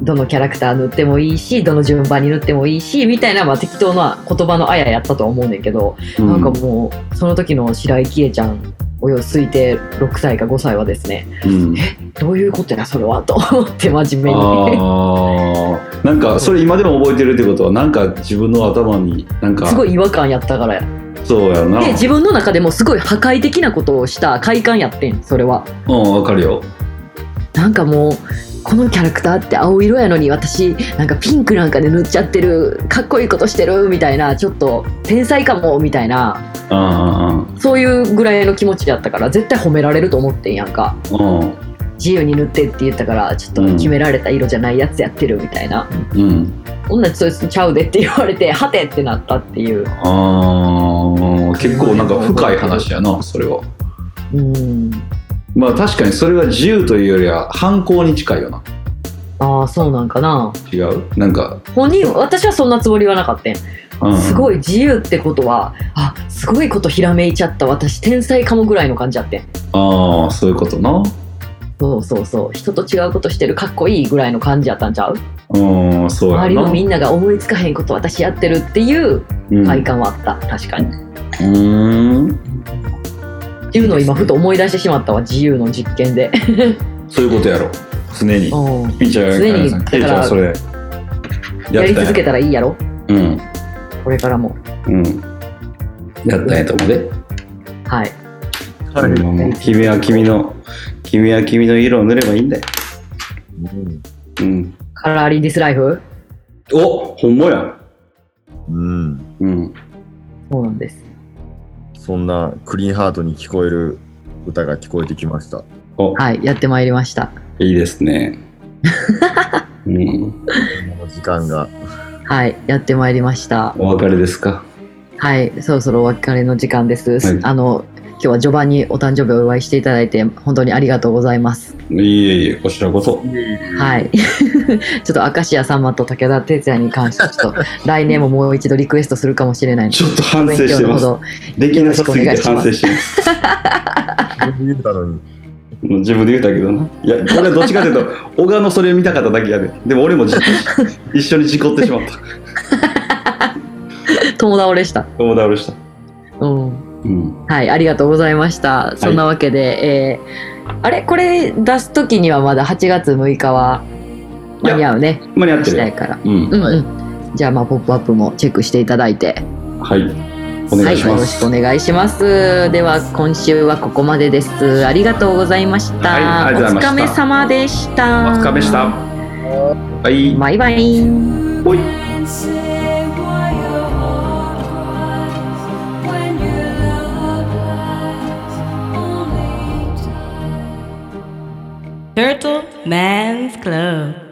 [SPEAKER 3] どのキャラクター塗ってもいいし、どの順番に塗ってもいいし、みたいな、まあ適当な言葉のあややったとは思うねんけど、なんかもう、その時の白井紀恵ちゃん、およ推定6歳か5歳はですね、
[SPEAKER 4] うん
[SPEAKER 3] どういうことや、それは、と思って真面目に。
[SPEAKER 4] ああなんかそれ今でも覚えてるってことはなんか自分の頭になんか
[SPEAKER 3] すごい違和感やったからや。
[SPEAKER 4] そうやな
[SPEAKER 3] で、自分の中でもすごい破壊的なことをした快感やってん、それは。
[SPEAKER 4] うんわかるよ
[SPEAKER 3] なんかもう、このキャラクターって青色やのに私、なんかピンクなんかで塗っちゃってる、かっこいいことしてる、みたいな、ちょっと天才かも、みたいな、
[SPEAKER 4] うん
[SPEAKER 3] そういうぐらいの気持ちだったから、絶対褒められると思ってんやんか。
[SPEAKER 4] うんうん
[SPEAKER 3] 自由に塗ってって言ったからちょっと決められた色じゃないやつやってるみたいな、
[SPEAKER 4] うん
[SPEAKER 3] 女そいつちゃうでって言われてはてってなったっていう
[SPEAKER 4] ああ結構なんか深い話やなそれは
[SPEAKER 3] うん
[SPEAKER 4] まあ確かにそれは自由というよりは反抗に近いよな
[SPEAKER 3] ああそうなんかな
[SPEAKER 4] 違うなんか、
[SPEAKER 3] 本人私はそんなつもりはなかったん
[SPEAKER 4] うん、
[SPEAKER 3] すごい自由ってことはあすごいことひらめいちゃった私天才かもぐらいの感じやってん
[SPEAKER 4] ああそういうことな
[SPEAKER 3] そうそうそう人と違うことしてるかっこいいぐらいの感じやったんちゃう
[SPEAKER 4] うんそうやな
[SPEAKER 3] 周りのみんなが思いつかへんこと私やってるっていう
[SPEAKER 4] うん
[SPEAKER 3] 快感はあった、確かに
[SPEAKER 4] うーん
[SPEAKER 3] っていうのを今ふと思い出してしまったわ自由の実 験で
[SPEAKER 4] そういうことやろ常に
[SPEAKER 3] うん
[SPEAKER 4] ピーちゃん
[SPEAKER 3] 常にだから
[SPEAKER 4] ピーちゃんそれ
[SPEAKER 3] やり
[SPEAKER 4] ん
[SPEAKER 3] 続けたらいいやろ
[SPEAKER 4] うん
[SPEAKER 3] これからも
[SPEAKER 4] うんやったんやと思うで
[SPEAKER 3] はい
[SPEAKER 2] はい
[SPEAKER 4] ほんまもう君は君の君は君の色を塗ればいいんだようん
[SPEAKER 3] カラーリンディスライフ
[SPEAKER 4] おほんまや
[SPEAKER 2] うん。
[SPEAKER 4] うん
[SPEAKER 3] そうなんです
[SPEAKER 2] そんなクリーンハートに聞こえる歌が聞こえてきました。
[SPEAKER 4] お
[SPEAKER 3] はいやってまいりました
[SPEAKER 4] いいです ねうん
[SPEAKER 2] この時間が。
[SPEAKER 3] はいやってまいりました
[SPEAKER 4] お別れですか
[SPEAKER 3] はいそろそろお別れの時間です、
[SPEAKER 4] はい
[SPEAKER 3] あの今日は序盤にお誕生日をお祝いしていただいて本当にありがとうございます、
[SPEAKER 4] いえいえこちらこそ
[SPEAKER 3] はい ちょっと明石家さんまと武田鉄矢に関してちょ っと来年ももう一度リクエストするかもしれないので
[SPEAKER 4] ちょっと反
[SPEAKER 3] ご
[SPEAKER 4] 省
[SPEAKER 3] 勉
[SPEAKER 4] し
[SPEAKER 3] 強
[SPEAKER 4] て
[SPEAKER 3] の
[SPEAKER 4] ま
[SPEAKER 3] ほ
[SPEAKER 4] す
[SPEAKER 3] ど
[SPEAKER 4] できなさすぎて反省してます
[SPEAKER 2] 言うたのに。
[SPEAKER 4] もう自分で言うたけどな。いや、俺はどっちかという と、小川のそれを見たかっただけやで。でも俺 もじ一緒に事故ってしまった。
[SPEAKER 3] 友倒れした
[SPEAKER 4] 友倒れした。
[SPEAKER 3] うん
[SPEAKER 4] うん。
[SPEAKER 3] はい、ありがとうございました。そんなわけで、えーあれこれ出す時にはまだ8月6日は間に合うね。
[SPEAKER 4] 間に合って
[SPEAKER 3] した
[SPEAKER 4] る
[SPEAKER 3] い
[SPEAKER 4] よ。
[SPEAKER 3] から。
[SPEAKER 4] うん
[SPEAKER 3] う。んうん。じゃあ、まあ、ポップアップもチェックしていただいて、
[SPEAKER 4] はい。お願いし
[SPEAKER 3] よ
[SPEAKER 4] ま
[SPEAKER 3] ろし
[SPEAKER 4] す。
[SPEAKER 3] くお願いします。では、今週はここまでです。ありがとうございました。
[SPEAKER 4] はいありがとうございました
[SPEAKER 3] お疲れ様でした。
[SPEAKER 4] お疲れした。はい。
[SPEAKER 3] バイバイ。
[SPEAKER 4] ほい。
[SPEAKER 1] And say why your heart cries when your love lies only time. Turtle Man's Club.